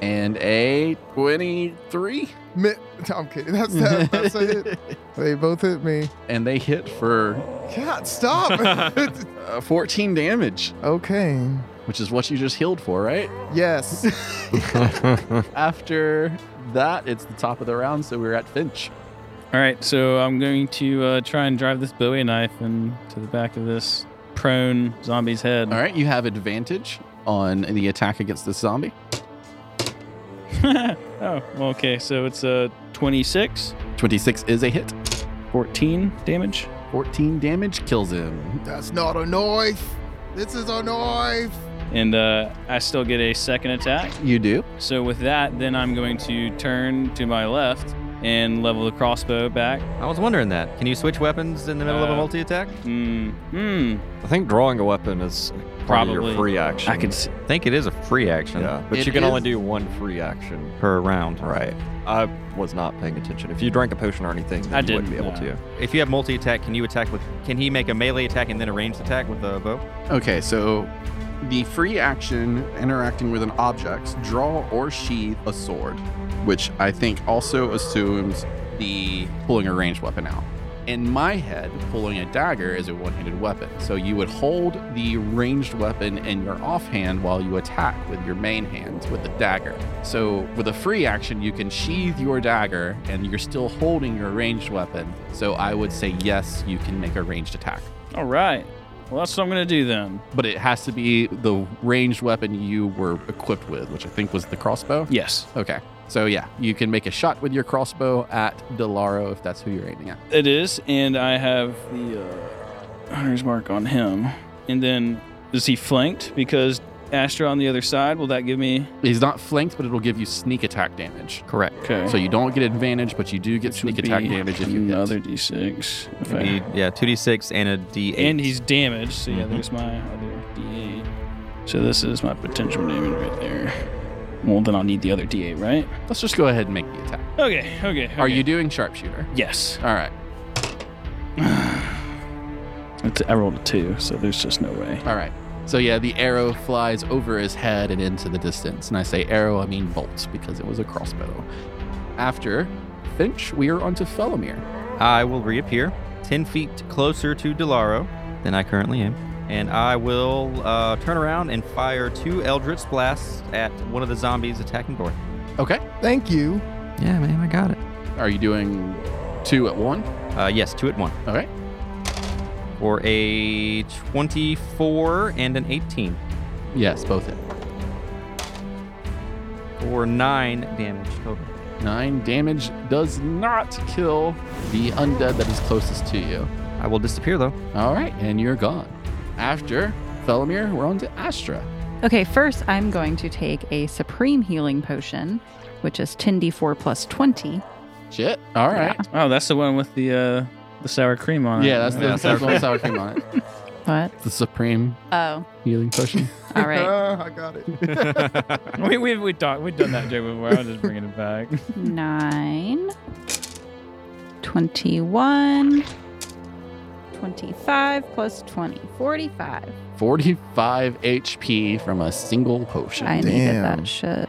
Speaker 4: and a 23,
Speaker 11: Mi- <laughs> I'm kidding. That's that. That's a hit. They both hit me.
Speaker 4: and they hit for
Speaker 11: God, stop. <laughs>
Speaker 4: <laughs> uh, 14 damage,
Speaker 11: okay.
Speaker 4: which is what you just healed for, right?
Speaker 11: Yes.
Speaker 4: <laughs> After that, it's the top of the round, so we're at Finch.
Speaker 7: All right, so I'm going to uh, try and drive this Bowie knife into the back of this prone zombie's head.
Speaker 4: All right, you have advantage on the attack against this zombie.
Speaker 7: oh, well, okay. So it's uh, a 26,
Speaker 4: 26 is a hit.
Speaker 7: 14 <laughs> damage.
Speaker 4: 14 damage kills him.
Speaker 11: That's not a knife. This is a knife.
Speaker 7: And uh, I still get a second attack.
Speaker 4: You do.
Speaker 7: So with that, then I'm going to turn to my left and level the crossbow back.
Speaker 6: I was wondering that. Can you switch weapons in the middle of a
Speaker 7: Uh,
Speaker 6: multi attack?
Speaker 7: Mm, mm.
Speaker 18: I think drawing a weapon is part of your
Speaker 7: Probably.
Speaker 18: free action.
Speaker 7: I could s-
Speaker 6: think it is a free action.
Speaker 18: Yeah, but
Speaker 6: It
Speaker 18: you can only
Speaker 6: is-
Speaker 18: do one free action
Speaker 6: Per round.
Speaker 18: Right. I was not paying attention. If you drank a potion or anything, then
Speaker 7: I
Speaker 18: you wouldn't be
Speaker 7: didn't,
Speaker 18: able
Speaker 7: no.
Speaker 18: to.
Speaker 6: If you have multi attack, can you attack with? Can he make a melee attack and then a ranged attack with a bow?
Speaker 4: Okay, so the free action interacting with an object, draw or sheathe a sword, which I think also assumes the pulling a ranged weapon out. In my head, pulling a dagger is a one handed weapon. So you would hold the ranged weapon in your offhand while you attack with your main hand with the dagger. So with a free action, you can sheathe your dagger and you're still holding your ranged weapon. So I would say yes, you can make a ranged attack.
Speaker 7: All right. Well, that's what I'm gonna do then.
Speaker 4: But it has to be the ranged weapon you were equipped with, which I think was the crossbow.
Speaker 7: Yes.
Speaker 4: Okay. So yeah, you can make a shot with your crossbow at Delaro if that's who you're aiming at.
Speaker 7: It is, and I have the uh, hunter's mark on him. And then is he flanked? Because Astra on the other side. Will that give me?
Speaker 4: He's not flanked, but it'll give you sneak attack damage.
Speaker 6: Correct.
Speaker 7: Okay.
Speaker 4: So you don't get advantage, but you do get sneak attack
Speaker 7: be
Speaker 4: damage if you hit.
Speaker 7: Another d6. If I-
Speaker 6: Need- yeah, two d six and a d eight.
Speaker 7: and he's damaged. So yeah,
Speaker 11: Mm-hmm.
Speaker 6: Mhm.
Speaker 7: there's my other d8. So this is my potential damage right there. Well, then I'll need the other d8, right?
Speaker 4: Let's just go ahead and make the attack.
Speaker 7: Okay. Okay.
Speaker 4: Are
Speaker 7: okay.
Speaker 4: you doing sharpshooter?
Speaker 7: Yes.
Speaker 4: All right.
Speaker 7: <sighs> It's, I rolled a two, so there's just no way.
Speaker 4: All right. So yeah, the arrow flies over his head and into the distance. And I say arrow, I mean bolts, because it was a crossbow. After Finch, we are onto Felomir.
Speaker 6: I will reappear ten feet closer to Delaro than I currently am, and I will uh, turn around and fire two eldritch blasts at one of the zombies attacking Gore.
Speaker 4: Okay.
Speaker 10: Thank you.
Speaker 6: Yeah, man, I got it.
Speaker 4: Are you doing two at one?
Speaker 6: Uh, yes, two at one.
Speaker 4: All right.
Speaker 6: For a twenty-four and an eighteen.
Speaker 4: Yes, both hit.
Speaker 6: For nine damage total.
Speaker 4: Nine damage does not kill the undead that is closest to you.
Speaker 6: I will disappear though.
Speaker 4: All right, and you're gone. After Felomir, we're on to Astra.
Speaker 5: Okay, first I'm going to take a supreme healing potion, which is 10d4 plus 20.
Speaker 4: Shit. All right.
Speaker 7: Oh, that's the one with the uh, the sour cream on it.
Speaker 4: Yeah, that's the
Speaker 7: right?
Speaker 4: that's the one with sour cream <laughs> on it.
Speaker 5: What?
Speaker 4: The supreme
Speaker 5: Oh,
Speaker 4: healing <laughs> potion.
Speaker 5: all right.
Speaker 10: I got it.
Speaker 7: <laughs> we we we talked we've done that joke before. I'm just bringing it
Speaker 4: <laughs>
Speaker 7: back.
Speaker 5: Nine, 21, 25 plus 20, 45.
Speaker 4: 45 HP from a single potion.
Speaker 5: I needed
Speaker 10: Damn.
Speaker 5: that shit.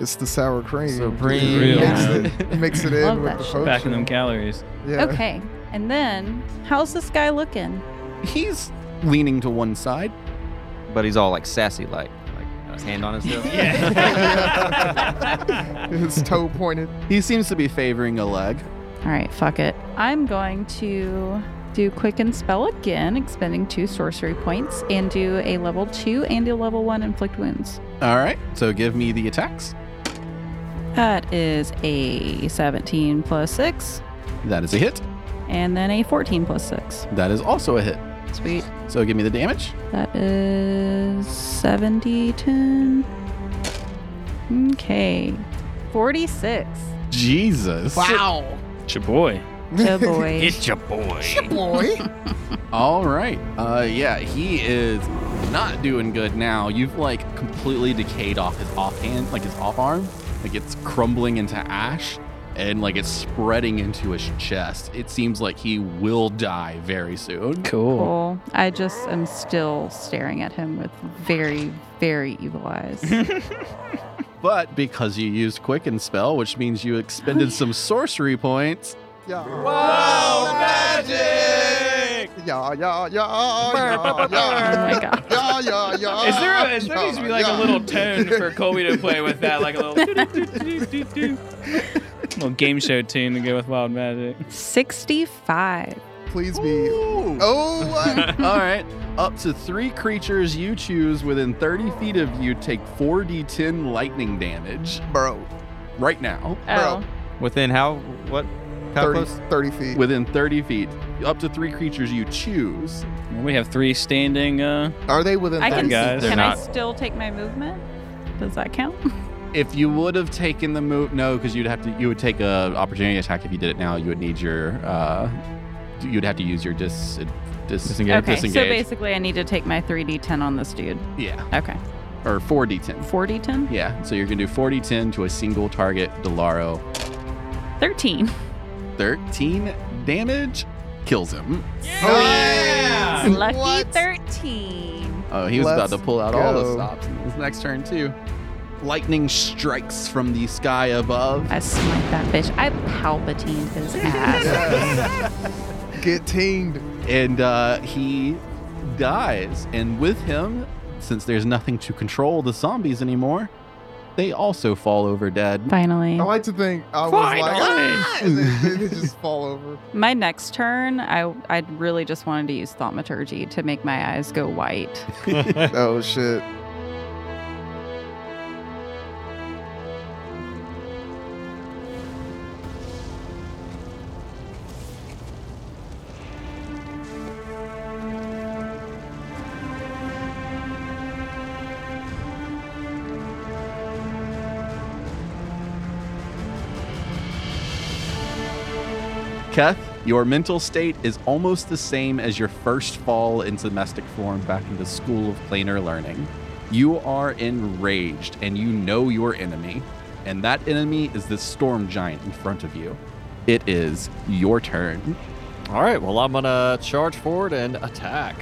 Speaker 10: It's the sour cream.
Speaker 4: Supreme.
Speaker 10: It Mix
Speaker 7: Real.
Speaker 10: it, mix it
Speaker 5: Love
Speaker 10: in with
Speaker 5: that
Speaker 10: the
Speaker 5: shit.
Speaker 10: potion.
Speaker 7: Backing them calories.
Speaker 10: Yeah.
Speaker 5: Okay, and then how's this guy looking?
Speaker 4: He's leaning to one side.
Speaker 6: But he's all like sassy, like like uh, hand on his hip.
Speaker 10: His toe pointed.
Speaker 4: He seems to be favoring a leg.
Speaker 5: All right, fuck it. I'm going to do Quicken Spell again, expending two sorcery points, and do a level two and a level one inflict wounds.
Speaker 4: All right. So give me the attacks.
Speaker 5: That is a 17 plus six,
Speaker 4: That is a hit.
Speaker 5: and then a 14 plus six.
Speaker 4: That is also a hit.
Speaker 5: Sweet.
Speaker 4: So give me the damage.
Speaker 5: That is 70, 10. Okay. 46.
Speaker 4: Jesus.
Speaker 19: Wow.
Speaker 7: It's your boy.
Speaker 5: <laughs> Oh boy.
Speaker 20: It's your boy.
Speaker 19: Boy.
Speaker 4: <laughs> All right. Uh, yeah, he is not doing good now. You've like completely decayed off his offhand, like his off arm. Like it's crumbling into ash and like it's spreading into his chest. It seems like he will die very soon.
Speaker 7: Cool.
Speaker 5: Cool. I just am still staring at him with very, very evil eyes. Oh
Speaker 4: But because you used Quicken Spell, which means you expended some sorcery points,
Speaker 10: Yeah.
Speaker 19: Wow, magic!
Speaker 10: Yeah, yeah, yeah, yeah, yeah.
Speaker 5: oh my god.
Speaker 10: Yeah, yeah, yeah.
Speaker 7: Is there, a, is there needs to be like a little tone for Colby to play with that, like a little doo-doo-doo-doo-doo-doo. <laughs> little game show tune to go with Wild Magic.
Speaker 5: 65.
Speaker 10: Please be.
Speaker 4: Ooh.
Speaker 10: Oh,
Speaker 7: <laughs>
Speaker 10: what?
Speaker 4: All right. Up to three creatures you choose within 30 feet of you take 4d10 lightning damage
Speaker 10: Bro.
Speaker 4: right now.
Speaker 5: Oh.
Speaker 6: Within how what? How
Speaker 10: 30,
Speaker 6: close?
Speaker 10: 30 feet.
Speaker 4: Within 30 feet, up to three creatures you choose.
Speaker 7: <laughs> We have three standing. Uh, <laughs>
Speaker 10: Are they within
Speaker 5: I
Speaker 10: 30
Speaker 5: can,
Speaker 10: feet?
Speaker 7: guys.
Speaker 5: can
Speaker 7: They're
Speaker 5: I
Speaker 7: not-
Speaker 5: still take my movement? Does that count?
Speaker 4: If you would have taken the move, no, because you'd have to. You would take a opportunity attack if you did it now. You would need your. Uh, you'd have to use your dis, dis disengage.
Speaker 5: okay, so
Speaker 4: disengage.
Speaker 5: basically, I need to take my 3d10 on this dude.
Speaker 4: Yeah.
Speaker 5: Okay.
Speaker 4: or 4d10.
Speaker 5: 4d10?
Speaker 4: Yeah. So you're gonna do 4d10 to a single target, Delaro.
Speaker 7: <laughs>
Speaker 5: 13.
Speaker 4: 13 damage kills him.
Speaker 10: Oh,
Speaker 5: Lucky 13.
Speaker 4: Oh, he was
Speaker 5: Let's
Speaker 4: about to pull out all the
Speaker 5: go.
Speaker 4: stops in his next turn too. Lightning strikes from the sky above.
Speaker 5: I smite that bitch. I palpatine
Speaker 7: <laughs>
Speaker 5: his ass.
Speaker 4: Get teamed. And uh, he dies. And with him, since there's nothing to control the zombies anymore, they also fall over dead.
Speaker 5: Finally.
Speaker 7: I like to think I was like, ah! <laughs> and then they just fall over.
Speaker 5: My next turn, I I really just wanted to use thaumaturgy to make my eyes go white.
Speaker 7: oh shit.
Speaker 4: Keth, your mental state is almost the same as your first fall into domestic form back in the School of Planar Learning. You are enraged and you know your enemy, and that enemy is this storm giant in front of you. It is your turn.
Speaker 10: All right, well, I'm going to charge forward and attack.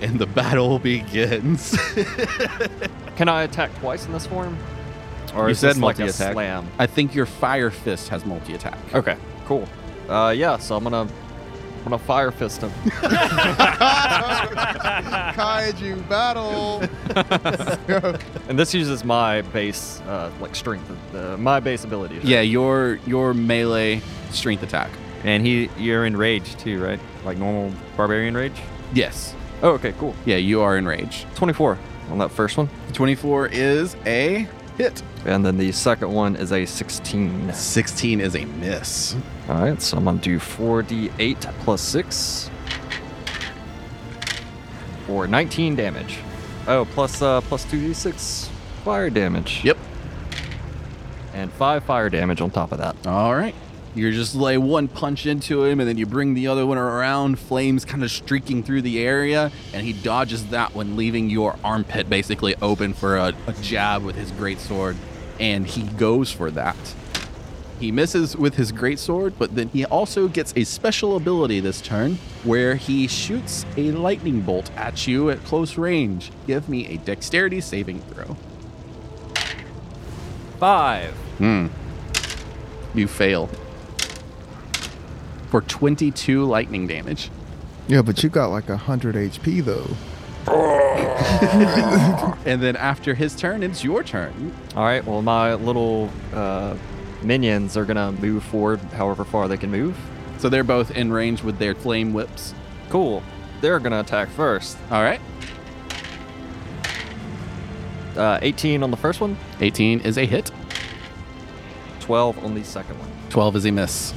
Speaker 4: And the battle <laughs> begins.
Speaker 10: Can I attack twice in this form?
Speaker 6: You
Speaker 10: is
Speaker 6: said
Speaker 10: this like a
Speaker 6: multi-attack.
Speaker 10: slam?
Speaker 4: I think your fire fist has multi attack.
Speaker 10: Okay, cool. Uh, yeah, so I'm going to. I'm gonna fire fist him.
Speaker 7: <laughs> Kaiju battle.
Speaker 10: <laughs> and this uses my base, uh, like strength, uh, my base ability.
Speaker 4: Yeah, your your melee strength attack.
Speaker 6: And he, you're enraged too, right? Like normal barbarian rage.
Speaker 4: Yes.
Speaker 10: Oh, okay, cool.
Speaker 4: Yeah, you are enraged.
Speaker 10: 24 on that first one.
Speaker 4: 24 is a hit.
Speaker 10: And then the second one is a 16.
Speaker 4: 16 is a miss.
Speaker 10: All right, so I'm going to do 4d8 plus 6 for 19 damage. Oh, plus uh, plus 2d6 fire damage.
Speaker 4: Yep.
Speaker 10: And 5 fire damage on top of that.
Speaker 4: All right. You just lay one punch into him, and then you bring the other one around, flames kind of streaking through the area, and he dodges that one, leaving your armpit basically open for a, a jab with his greatsword. And he goes for that. He misses with his greatsword, but then he also gets a special ability this turn where he shoots a lightning bolt at you at close range. Give me a dexterity saving throw.
Speaker 10: 5.
Speaker 4: Hmm. You fail. For 22 lightning damage.
Speaker 7: Yeah, but you got like 100 HP though.
Speaker 4: And then after his turn, it's your turn.
Speaker 10: All right, well, my little uh, minions are going to move forward however far they can move.
Speaker 4: So they're both in range with their flame whips.
Speaker 10: Cool. They're going to attack first.
Speaker 4: All right.
Speaker 10: Uh, 18 on the first one,
Speaker 4: 18 is a hit,
Speaker 10: 12 on the second one.
Speaker 4: 12 is a miss.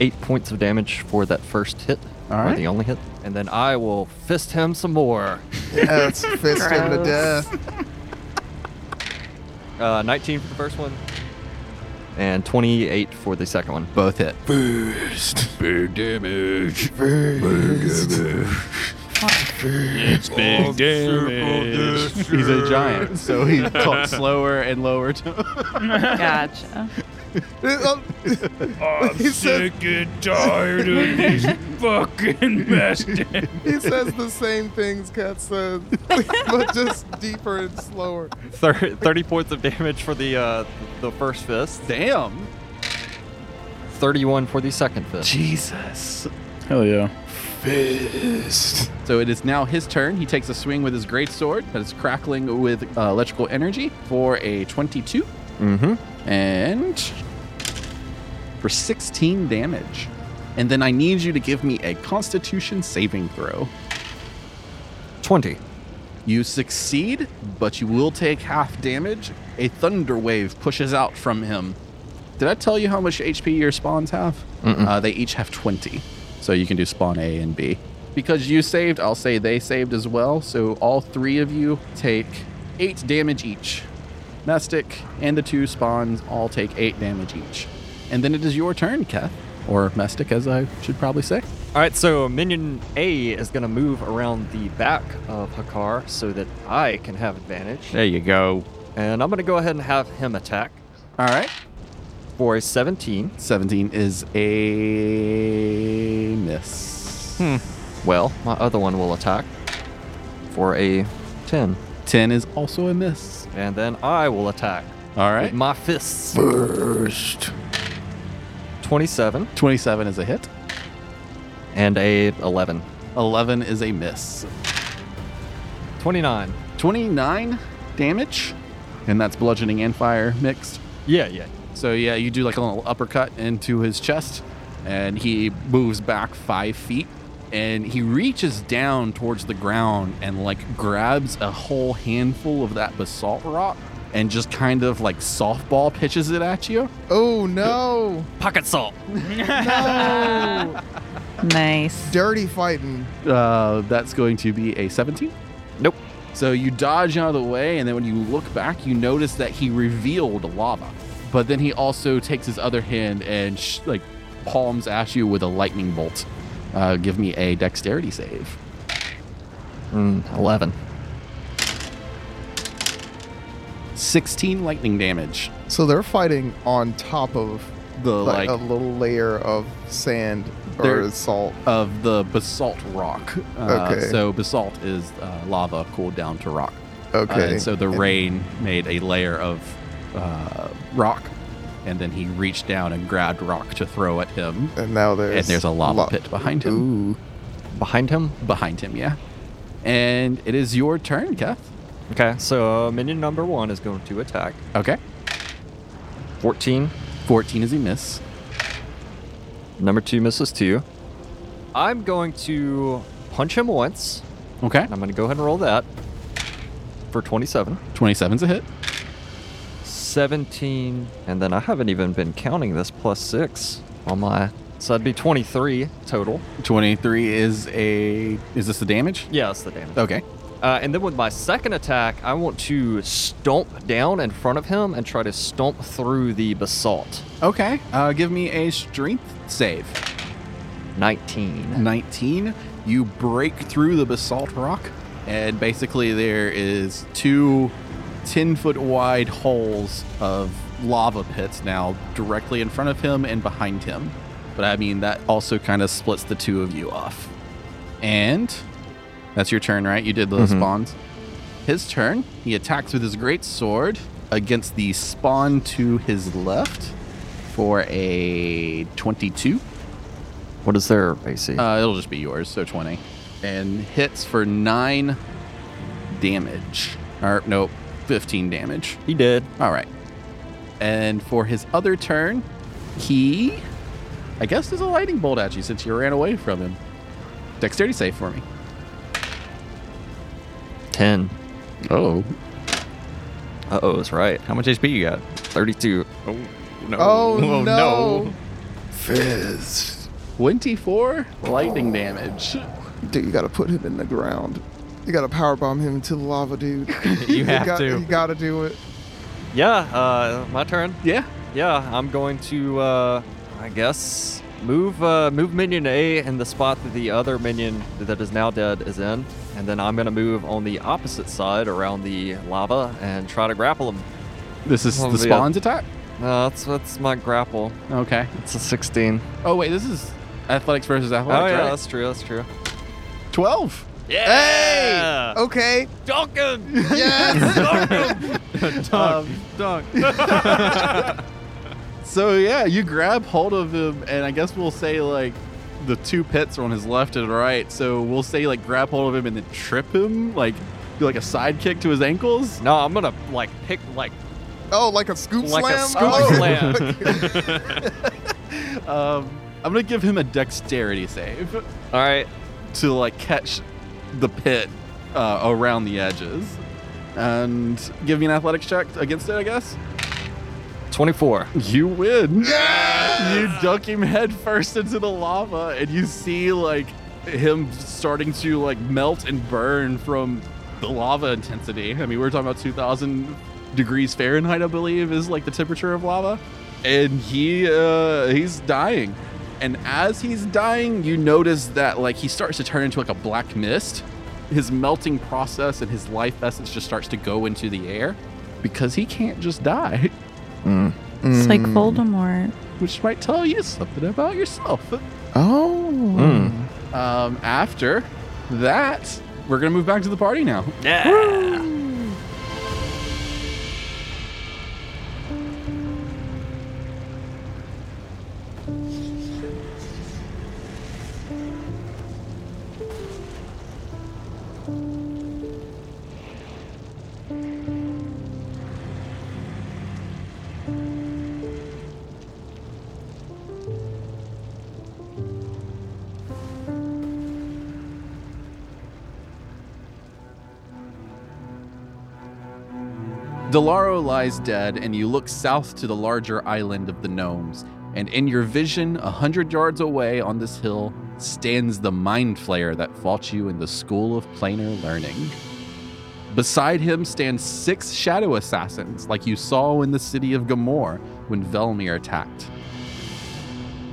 Speaker 10: Eight points of damage for that first hit.
Speaker 4: All
Speaker 10: or
Speaker 4: right.
Speaker 10: The only hit. And then I will fist him some more.
Speaker 7: That's fist him to
Speaker 10: Gross.
Speaker 7: death.
Speaker 10: Uh, 19 for the first one. And 28 for the second one.
Speaker 4: Both hit.
Speaker 7: Boost.
Speaker 4: Big damage.
Speaker 11: It's big damage.
Speaker 4: He's a giant, so <laughs> he talks slower and lower tone.
Speaker 5: Gotcha.
Speaker 11: I'm
Speaker 7: He said-
Speaker 11: sick and tired of these fucking bastards.
Speaker 7: He says the same things Kat says, but just deeper and slower.
Speaker 10: Thir- <laughs> 30 points of damage for the uh, the first fist.
Speaker 4: Damn.
Speaker 10: 31 for the second fist.
Speaker 4: Jesus.
Speaker 11: Hell yeah.
Speaker 7: Fist.
Speaker 4: So it is now his turn. He takes a swing with his great sword that is crackling with uh, electrical energy for a 22
Speaker 10: Mm-hmm.
Speaker 4: and for 16 damage. And then I need you to give me a Constitution saving throw.
Speaker 10: 20.
Speaker 4: You succeed, but you will take half damage. A thunder wave pushes out from him. Did I tell you how much HP your spawns have?
Speaker 10: Mm-mm.
Speaker 4: Uh, they each have 20. So you can do spawn A and B. Because you saved, I'll say they saved as well. So all three of you take eight damage each. Mestic, and the two spawns all take eight damage each. And then it is your turn, Keth, or Mestic, as I should probably say.
Speaker 10: All right, so minion A is going to move around the back of Hakar so that I can have advantage.
Speaker 6: There you go.
Speaker 10: And I'm going to go ahead and have him attack.
Speaker 4: All right.
Speaker 10: For a 17.
Speaker 4: 17 is a miss.
Speaker 10: Hmm. Well, my other one will attack for a 10.
Speaker 4: 10 is also a miss.
Speaker 10: And then I will attack.
Speaker 4: All right.
Speaker 10: With my fists.
Speaker 4: Burst.
Speaker 10: 27
Speaker 4: 27 is a hit.
Speaker 10: and a 11.
Speaker 4: 11 is a miss.
Speaker 10: 29.
Speaker 4: 29 damage. And that's bludgeoning and fire mixed.
Speaker 10: Yeah, yeah.
Speaker 4: So, yeah, you do like a little uppercut into his chest, and he moves back five feet. And he reaches down towards the ground and like grabs a whole handful of that basalt rock and just kind of like softball pitches it at you.
Speaker 11: Oh no!
Speaker 10: Pocket salt.
Speaker 11: No!
Speaker 5: Nice.
Speaker 11: Dirty fighting.
Speaker 4: Uh, that's going to be a 17.
Speaker 10: Nope.
Speaker 4: So you dodge out of the way, and then when you look back, you notice that he revealed lava. But then he also takes his other hand and sh- like palms at you with a lightning bolt. Uh, give me a dexterity save.
Speaker 10: Mm, 11.
Speaker 4: 16 lightning damage.
Speaker 11: So they're fighting on top of
Speaker 4: The
Speaker 11: like,
Speaker 4: like,
Speaker 11: a little layer of sand
Speaker 4: They're-
Speaker 11: or salt.
Speaker 4: of the basalt rock. Uh,
Speaker 11: Okay.
Speaker 4: So basalt is uh, lava cooled down to rock. Uh,
Speaker 11: Okay.
Speaker 4: and so the rain made a layer of uh, rock, and then he reached down and grabbed rock to throw at him.
Speaker 11: And now there's
Speaker 4: and there's a lava
Speaker 11: lo-
Speaker 4: pit behind him.
Speaker 10: Behind him?
Speaker 4: Behind him, yeah. And it is your turn, Keth.
Speaker 10: Okay, so uh, minion number one is going to attack.
Speaker 4: Okay.
Speaker 10: 14.
Speaker 4: 14 is a miss.
Speaker 10: Number two misses two. I'm going to punch him once.
Speaker 4: Okay.
Speaker 10: I'm going to go ahead and roll that for 27.
Speaker 4: 27's a hit.
Speaker 10: 17. And then I haven't even been counting this plus six on my. So that'd be 23 total.
Speaker 4: 23 is a. Is this the damage?
Speaker 10: Yeah, that's the damage.
Speaker 4: Okay.
Speaker 10: Uh, and then with my second attack, I want to stomp down in front of him and try to stomp through the basalt.
Speaker 4: Okay. Uh, give me a strength save.
Speaker 10: 19.
Speaker 4: 19. You break through the basalt rock, and basically there is two 10 foot wide holes of lava pits now directly in front of him and behind him. But I mean, that also kind of splits the two of you off. And that's your turn, right? You did the spawns. His turn. He attacks with his great sword against the spawn to his left for a 22.
Speaker 10: What is their AC?
Speaker 4: Uh, it'll just be yours, so 20. And hits for 9 damage. Or, nope, 15 damage.
Speaker 10: he did.
Speaker 4: All right. And for his other turn, he, I guess, does a lightning bolt at you since you ran away from him. Dexterity save for me.
Speaker 10: 10.
Speaker 4: Oh.
Speaker 10: Uh oh, that's right.
Speaker 6: How much HP you got?
Speaker 10: 32.
Speaker 6: Oh no!
Speaker 11: Oh, no.
Speaker 4: 24 lightning damage.
Speaker 11: Dude, you gotta put him in the ground. You gotta power bomb him into the lava, dude.
Speaker 10: <laughs>
Speaker 6: You have
Speaker 11: got-
Speaker 6: to.
Speaker 11: You gotta do it.
Speaker 10: Yeah, uh, my turn.
Speaker 4: Yeah.
Speaker 10: Yeah, I'm going to, uh, I guess, move uh, move minion A in the spot that the other minion that is now dead is in, and then I'm going to move on the opposite side around the lava and try to grapple him.
Speaker 4: This is
Speaker 10: Oh,
Speaker 4: the
Speaker 10: yeah.
Speaker 4: spawn's attack?
Speaker 10: Uh, that's that's my grapple.
Speaker 4: Okay.
Speaker 10: It's a 16.
Speaker 4: Oh, wait, this is athletics versus athletics.
Speaker 10: oh yeah,
Speaker 4: right?
Speaker 10: that's true. That's true.
Speaker 4: 12.
Speaker 10: Yeah.
Speaker 11: Okay.
Speaker 21: Dunk
Speaker 4: <laughs>
Speaker 21: him! <laughs>
Speaker 11: Yes.
Speaker 4: Um, <laughs> So yeah, you grab hold of him, and I guess we'll say like the two pits are on his left and right. So we'll say like grab hold of him and then trip him, like do like a side kick to his ankles.
Speaker 10: No, I'm gonna like pick like
Speaker 11: oh, like a scoop
Speaker 10: Like a
Speaker 11: slam.
Speaker 10: scoop
Speaker 11: Oh,
Speaker 10: slam.
Speaker 11: okay.
Speaker 4: Um, I'm gonna give him a dexterity save
Speaker 10: all right.
Speaker 4: to like catch the pit uh, around the edges, and give me an athletics check against it. I guess
Speaker 10: 24.
Speaker 4: you win. You dunk him head first into the lava, and you see like him starting to like melt and burn from the lava intensity. I mean, we're talking about 2,000 degrees Fahrenheit, I believe, is like the temperature of lava. And he uh, he's dying. And as he's dying, you notice that like he starts to turn into like a black mist. His melting process and his life essence just starts to go into the air because he can't just die. <laughs>
Speaker 7: Mm.
Speaker 5: It's like Voldemort.
Speaker 4: Which might tell you something about yourself.
Speaker 11: Oh.
Speaker 4: Um, after that, we're gonna move back to the party now. Yeah. Delaro lies dead, and you look south to the larger island of the gnomes. And in your vision, a hundred yards away on this hill, stands the mind flayer that fought you in the School of Planar Learning. Beside him stand six shadow assassins, like you saw in the city of Gamor when Velmir attacked.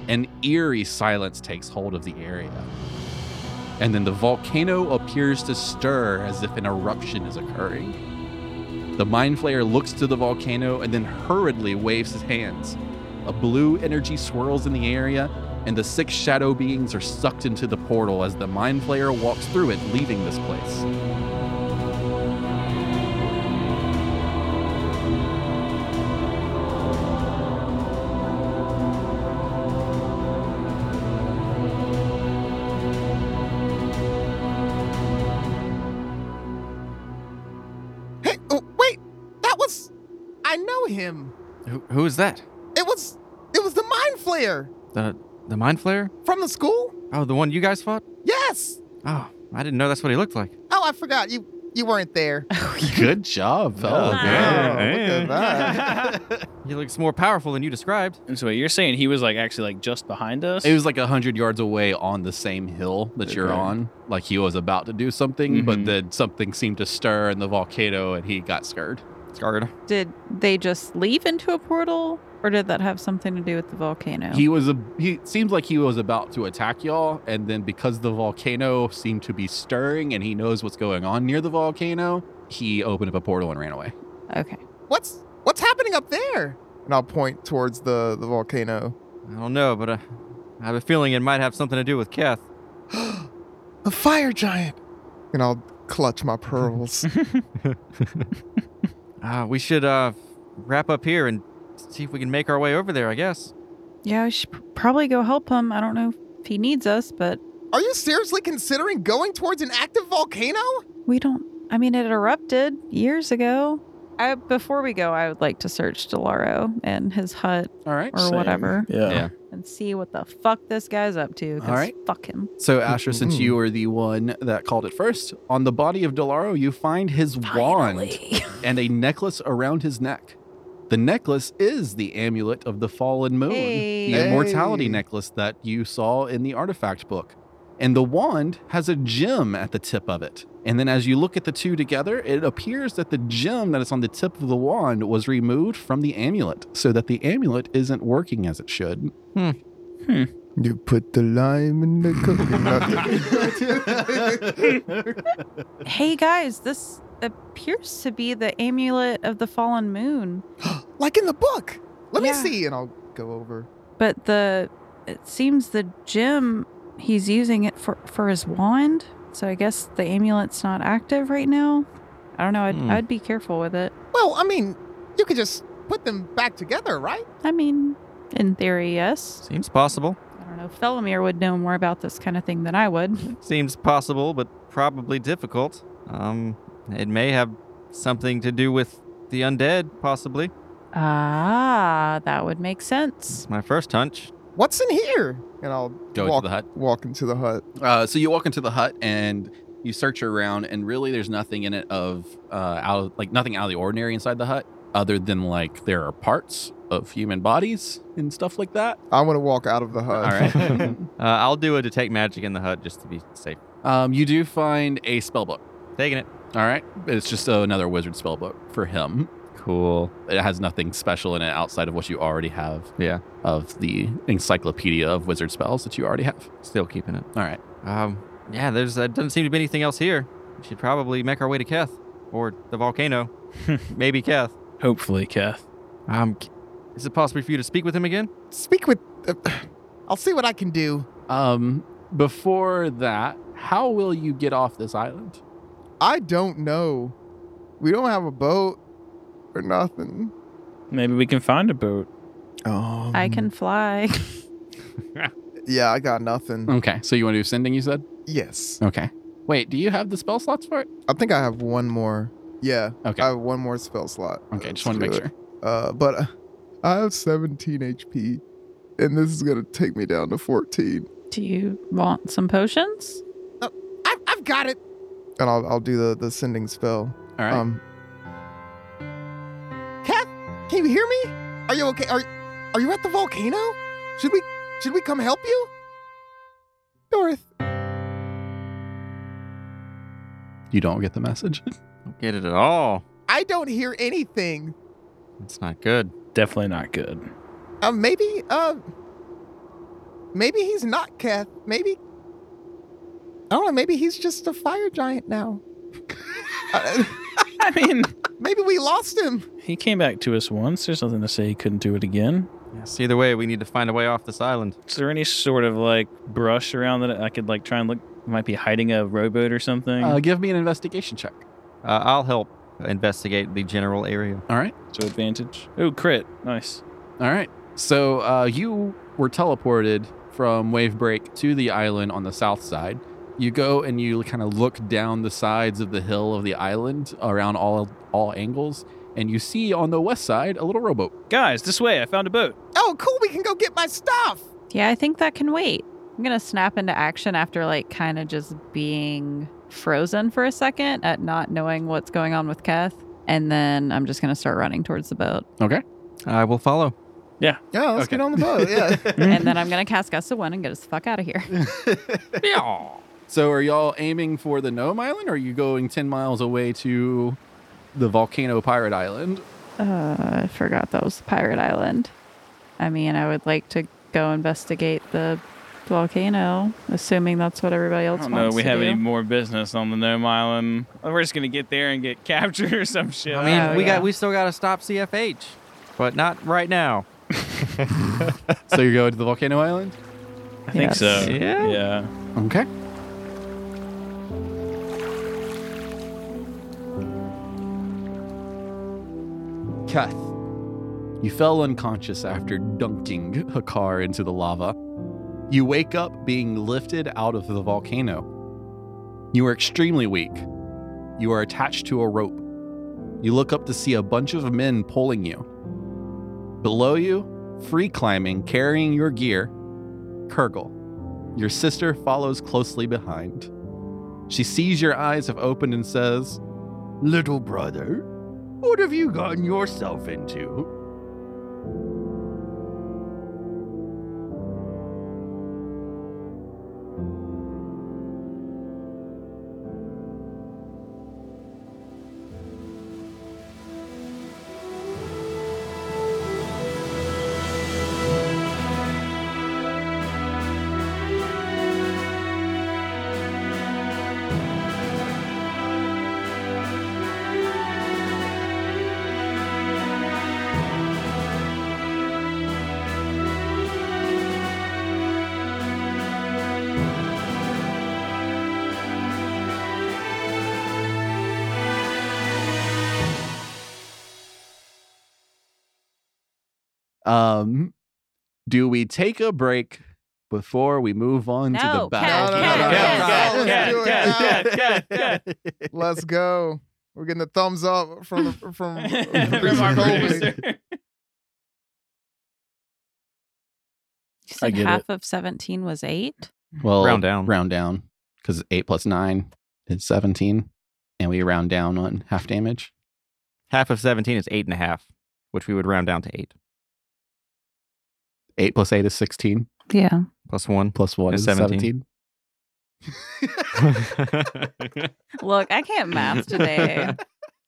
Speaker 4: An eerie silence takes hold of the area, and then the volcano appears to stir as if an eruption is occurring. The Mind Flayer looks to the volcano and then hurriedly waves his hands. A blue energy swirls in the area, and the six shadow beings are sucked into the portal as the Mind Flayer walks through it, leaving this place.
Speaker 10: Hey, oh, wait, that was. I know him.
Speaker 6: Who, who is that?
Speaker 10: It was. It was the mind flayer
Speaker 6: The the mind flayer?
Speaker 10: from the school.
Speaker 6: Oh, the one you guys fought?
Speaker 10: Yes.
Speaker 6: Oh, I didn't know that's what he looked like.
Speaker 10: Oh, I forgot you. You weren't there.
Speaker 4: <laughs> Good job,
Speaker 1: Oh,
Speaker 4: fella.
Speaker 10: Look at that.
Speaker 6: He looks more powerful than you described.
Speaker 7: And so you're saying he was like actually like just behind us?
Speaker 4: It was like a hundred yards away on the same hill that you're
Speaker 7: Okay.
Speaker 4: on. Like he was about to do something, but then something seemed to stir in the volcano, and he got scared.
Speaker 6: Scarred.
Speaker 5: Did they just leave into a portal, or did that have something to do with the volcano?
Speaker 4: He was a. He seems like he was about to attack y'all, and then because the volcano seemed to be stirring, and he knows what's going on near the volcano, he opened up a portal and ran away.
Speaker 5: okay.
Speaker 10: What's What's happening up there?
Speaker 11: And I'll point towards the, the volcano.
Speaker 6: I don't know, but uh, I have a feeling it might have something to do with Keth.
Speaker 11: The fire giant. And I'll clutch my
Speaker 7: <laughs>
Speaker 11: pearls.
Speaker 6: Uh, we should uh, wrap up here and see if we can make our way over there, I guess.
Speaker 5: Yeah, we should pr- probably go help him. I don't know if he needs us, but
Speaker 10: Are you seriously considering going towards an active volcano?
Speaker 5: we don't. I mean, it erupted years ago. I, before we go, I would like to search Delaro and his hut
Speaker 4: All right.
Speaker 5: or whatever
Speaker 7: Yeah.
Speaker 5: and see what the fuck this guy's up to. 'cause
Speaker 4: All right.
Speaker 5: Fuck him.
Speaker 4: So, Asher, since you were the one that called it first, on the body of Delaro, you find his wand and a necklace around his neck. The necklace is the amulet of the fallen moon, the
Speaker 5: Hey.
Speaker 4: immortality
Speaker 11: Hey.
Speaker 4: necklace that you saw in the artifact book. And the wand has a gem at the tip of it. And then, as you look at the two together, it appears that the gem that is on the tip of the wand was removed from the amulet, so that the amulet isn't working as it should.
Speaker 11: Hmm. you put the lime in the coconut.
Speaker 5: <laughs> Hey guys, this appears to be the amulet of the fallen moon,
Speaker 11: <laughs> like in the book.
Speaker 10: Let
Speaker 5: Yeah.
Speaker 10: me see.
Speaker 11: And I'll go over.
Speaker 5: but the it seems the gem he's using it for for his wand. So I guess the amulet's not active right now. I don't know. I'd,
Speaker 6: Hmm.
Speaker 5: I'd be careful with it.
Speaker 10: Well, I mean, you could just put them back together, right?
Speaker 5: I mean, in theory, yes.
Speaker 6: Seems possible.
Speaker 5: I don't know. Felomir would know more about this kind of thing than I would.
Speaker 6: Seems possible, but probably difficult. Um, it may have something to do with the undead, possibly.
Speaker 5: <laughs> ah, that would make sense.
Speaker 6: It's my first hunch.
Speaker 10: What's in here?
Speaker 11: And I'll
Speaker 4: Go
Speaker 11: walk,
Speaker 4: into the hut.
Speaker 11: walk into the hut.
Speaker 4: Uh, so you walk into the hut and you search around, and really, there's nothing in it of uh, out like nothing out of the ordinary inside the hut, other than like there are parts of human bodies and stuff like that.
Speaker 11: I want to walk out of the hut.
Speaker 4: All right.
Speaker 6: Uh, I'll do a detect magic in the hut just to be safe.
Speaker 4: um, you do find a spell book.
Speaker 6: Taking it.
Speaker 4: All right, it's just uh, another wizard spell book for him.
Speaker 6: Cool.
Speaker 22: It has nothing special in it outside of what you already have.
Speaker 6: Yeah.
Speaker 22: Of the encyclopedia of wizard spells that you already have.
Speaker 6: Still keeping it.
Speaker 22: All right.
Speaker 6: Um, yeah, there's uh, doesn't seem to be anything else here. We should probably make our way to Keth or the volcano. Maybe Keth.
Speaker 11: Hopefully, Keth.
Speaker 6: Um, is it possible for you to speak with him again?
Speaker 10: Speak with. Uh, I'll see what I can do.
Speaker 4: Um, before that, how will you get off this island?
Speaker 7: I don't know. We don't have a boat or nothing.
Speaker 11: Maybe we can find a boat.
Speaker 7: Oh.
Speaker 5: I can fly. <laughs>
Speaker 7: Yeah, I got nothing.
Speaker 4: Okay, so you want to do sending? You said
Speaker 7: Yes.
Speaker 4: okay. Wait, do you have the spell slots for it?
Speaker 7: I think I have one more. Yeah.
Speaker 4: Okay.
Speaker 7: I
Speaker 11: Uh,
Speaker 7: have one more spell slot.
Speaker 4: Okay, just wanted to make
Speaker 7: Let's do it. Uh, but uh, I have 17 HP, and this is gonna take me down to 14.
Speaker 5: Do you want some potions?
Speaker 10: I've, I've got it.
Speaker 7: And I'll I'll do the the sending spell.
Speaker 4: All right.
Speaker 7: Um,
Speaker 10: Kath, can you hear me? Are you okay? Are are you at the volcano? Should we should we come help you?
Speaker 7: Dorth.
Speaker 4: You don't get the message.
Speaker 6: Don't get it at all.
Speaker 10: I don't hear anything.
Speaker 6: It's not good.
Speaker 11: Definitely not good.
Speaker 10: Uh, maybe uh maybe he's not Kath. Maybe I don't know, maybe he's just a fire giant now. Uh,
Speaker 11: I mean,
Speaker 10: maybe we lost him.
Speaker 11: he came back to us once. There's nothing to say he couldn't do it again.
Speaker 6: Yes. Either way, we need to find a way off this island.
Speaker 11: Is there any sort of like brush around that I could like try and look? Might be hiding a rowboat or something.
Speaker 4: Uh, give me an investigation check.
Speaker 6: Uh, I'll help investigate the general area.
Speaker 4: All right.
Speaker 11: so advantage. Oh, crit. Nice.
Speaker 4: All right. So uh, you were teleported from Wavebreak to the island on the south side. You go and you kind of look down the sides of the hill of the island around all all angles, and you see on the west side a little rowboat.
Speaker 11: Guys, this way. I found a boat.
Speaker 10: Oh, cool, we can go get my stuff.
Speaker 5: Yeah, I think that can wait. I'm going to snap into action after, like, kind of just being frozen for a second at not knowing what's going on with Keth. And then I'm just going to start running towards the boat.
Speaker 4: Okay.
Speaker 6: I will follow.
Speaker 7: Yeah, let's
Speaker 4: Okay.
Speaker 7: get on the boat.
Speaker 4: <laughs>
Speaker 7: Yeah.
Speaker 11: Mm-hmm.
Speaker 5: and then I'm going to cast Gust of Wind and get us the fuck out of here.
Speaker 4: So are y'all aiming for the Gnome Island, or are you going ten miles away to the Volcano Pirate Island?
Speaker 5: Uh, I forgot that was the Pirate Island. I mean, I would like to go investigate the volcano, assuming that's what everybody
Speaker 11: I
Speaker 5: else
Speaker 11: don't
Speaker 5: wants
Speaker 11: know. We
Speaker 5: to
Speaker 11: have
Speaker 5: do.
Speaker 11: any more business on the Gnome Island. We're just gonna get there and get captured or some shit.
Speaker 6: I mean,
Speaker 5: Oh,
Speaker 6: we
Speaker 5: yeah.
Speaker 6: got we still got to stop CFH, but not right now.
Speaker 4: so you're going to the Volcano Island?
Speaker 11: I think
Speaker 5: Yes.
Speaker 11: so.
Speaker 6: Yeah.
Speaker 11: Yeah.
Speaker 4: Okay. Kath, you fell unconscious after dunking Hakar into the lava. You wake up being lifted out of the volcano. You are extremely weak. You are attached to a rope. You look up to see a bunch of men pulling you. Below you, free climbing, carrying your gear, Kurgle. Your sister follows closely behind. She sees your eyes have opened and says, Little brother, what have you gotten yourself into? Um, do we take a break before we move on to the
Speaker 5: No,
Speaker 4: battle?
Speaker 7: No, no, no, no,
Speaker 5: Cat, cat,
Speaker 11: cat,
Speaker 7: no, no, let's do it
Speaker 11: cat,
Speaker 7: now.
Speaker 11: cat,
Speaker 6: <laughs>
Speaker 11: cat, cat.
Speaker 7: Let's go. We're getting a thumbs up from the, from, from <laughs>
Speaker 11: From our
Speaker 7: producer Colby.
Speaker 11: producer.
Speaker 5: You said
Speaker 4: I get
Speaker 5: half of 17 was eight?
Speaker 4: <laughs> Well,
Speaker 6: Round down.
Speaker 4: Round down. Because 8 plus 9 is 17. And we round down on half damage.
Speaker 6: Half of seventeen is eight and a half, which we would round down to eight
Speaker 4: 8 plus 8 is 16.
Speaker 5: Yeah.
Speaker 6: plus one.
Speaker 4: Plus 1
Speaker 6: Is
Speaker 4: is
Speaker 6: 17.
Speaker 4: 17.
Speaker 11: <laughs>
Speaker 5: Look, I can't math today.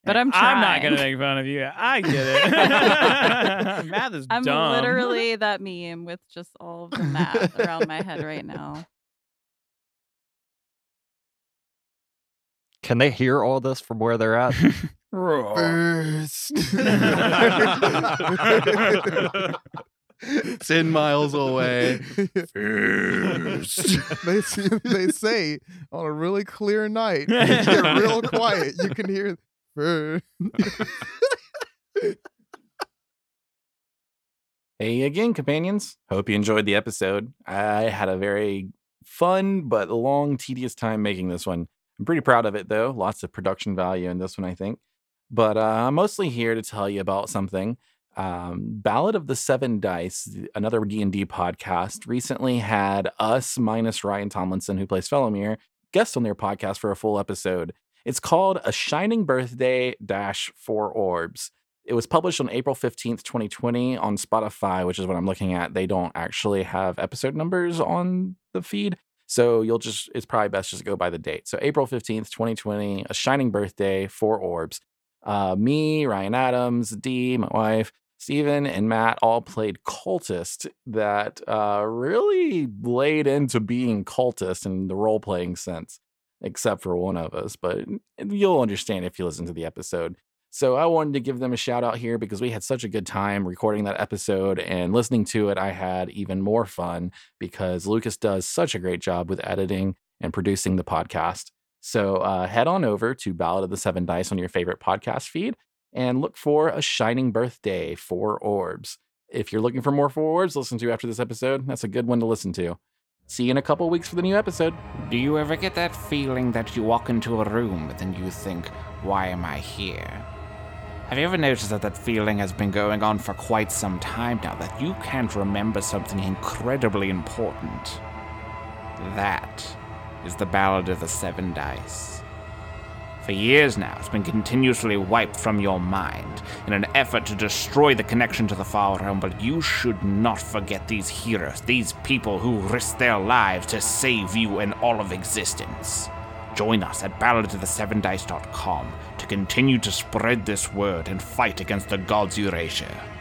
Speaker 5: But I'm
Speaker 7: I'm not
Speaker 5: trying.
Speaker 7: gonna make fun of you. I get
Speaker 5: <laughs>
Speaker 7: it. <laughs> Math is
Speaker 5: I'm
Speaker 7: dumb. <laughs>
Speaker 5: literally that meme with just all of the math around my head right now.
Speaker 23: <laughs> Can they hear all this from where they're
Speaker 7: <laughs>
Speaker 23: at? <laughs>
Speaker 24: First.
Speaker 8: <laughs>
Speaker 6: <laughs>
Speaker 1: Ten miles away.
Speaker 6: <laughs> they, s- they say on a really clear night, when you get
Speaker 1: <laughs>
Speaker 6: real quiet. You can hear.
Speaker 4: Hey again, companions. Hope you enjoyed the episode. I had a very fun but long, tedious time making this one. I'm pretty proud of it, though. Lots of production value in this one, I think. But uh, I'm mostly here to tell you about something. Um, Ballad of the Seven Dice, another D&D podcast, recently had us minus Ryan Tomlinson, who plays Felomir, guest on their podcast for a full episode. It's called A Shining Birthday Dash Four Orbs. It was published on April 15th, 2020 on Spotify, which is what I'm looking at. They don't actually have episode numbers on the feed. So you'll just, it's probably best just to go by the date. So April 15th, 2020, A Shining Birthday, Four Orbs. Uh, me, Ryan Adams, Dee, my wife, Steven, and Matt all played cultist that uh, really laid into being cultist in the role playing sense, except for one of us. But you'll understand if you listen to the episode. So I wanted to give them a shout out here because we had such a good time recording that episode and listening to it. I had even more fun because Lucas does such a great job with editing and producing the podcast. So uh, head on over to Ballad of the Seven Dice on your favorite podcast feed and look for a shining birthday for orbs. If you're looking for more for orbs, listen to after this episode. That's a good one to listen to. See you in a couple weeks for the new episode.
Speaker 25: Do you ever get that feeling that you walk into a room but then you think, why am I here? Have you ever noticed that that feeling has been going on for quite some time now, that you can't remember something incredibly important? That is the Ballad of the Seven Dice. For years now, it's been continuously wiped from your mind in an effort to destroy the connection to the Far Realm, but you should not forget these heroes, these people who risked their lives to save you and all of existence. Join us at balladofthe7dice.com to continue to spread this word and fight against the gods' erasure.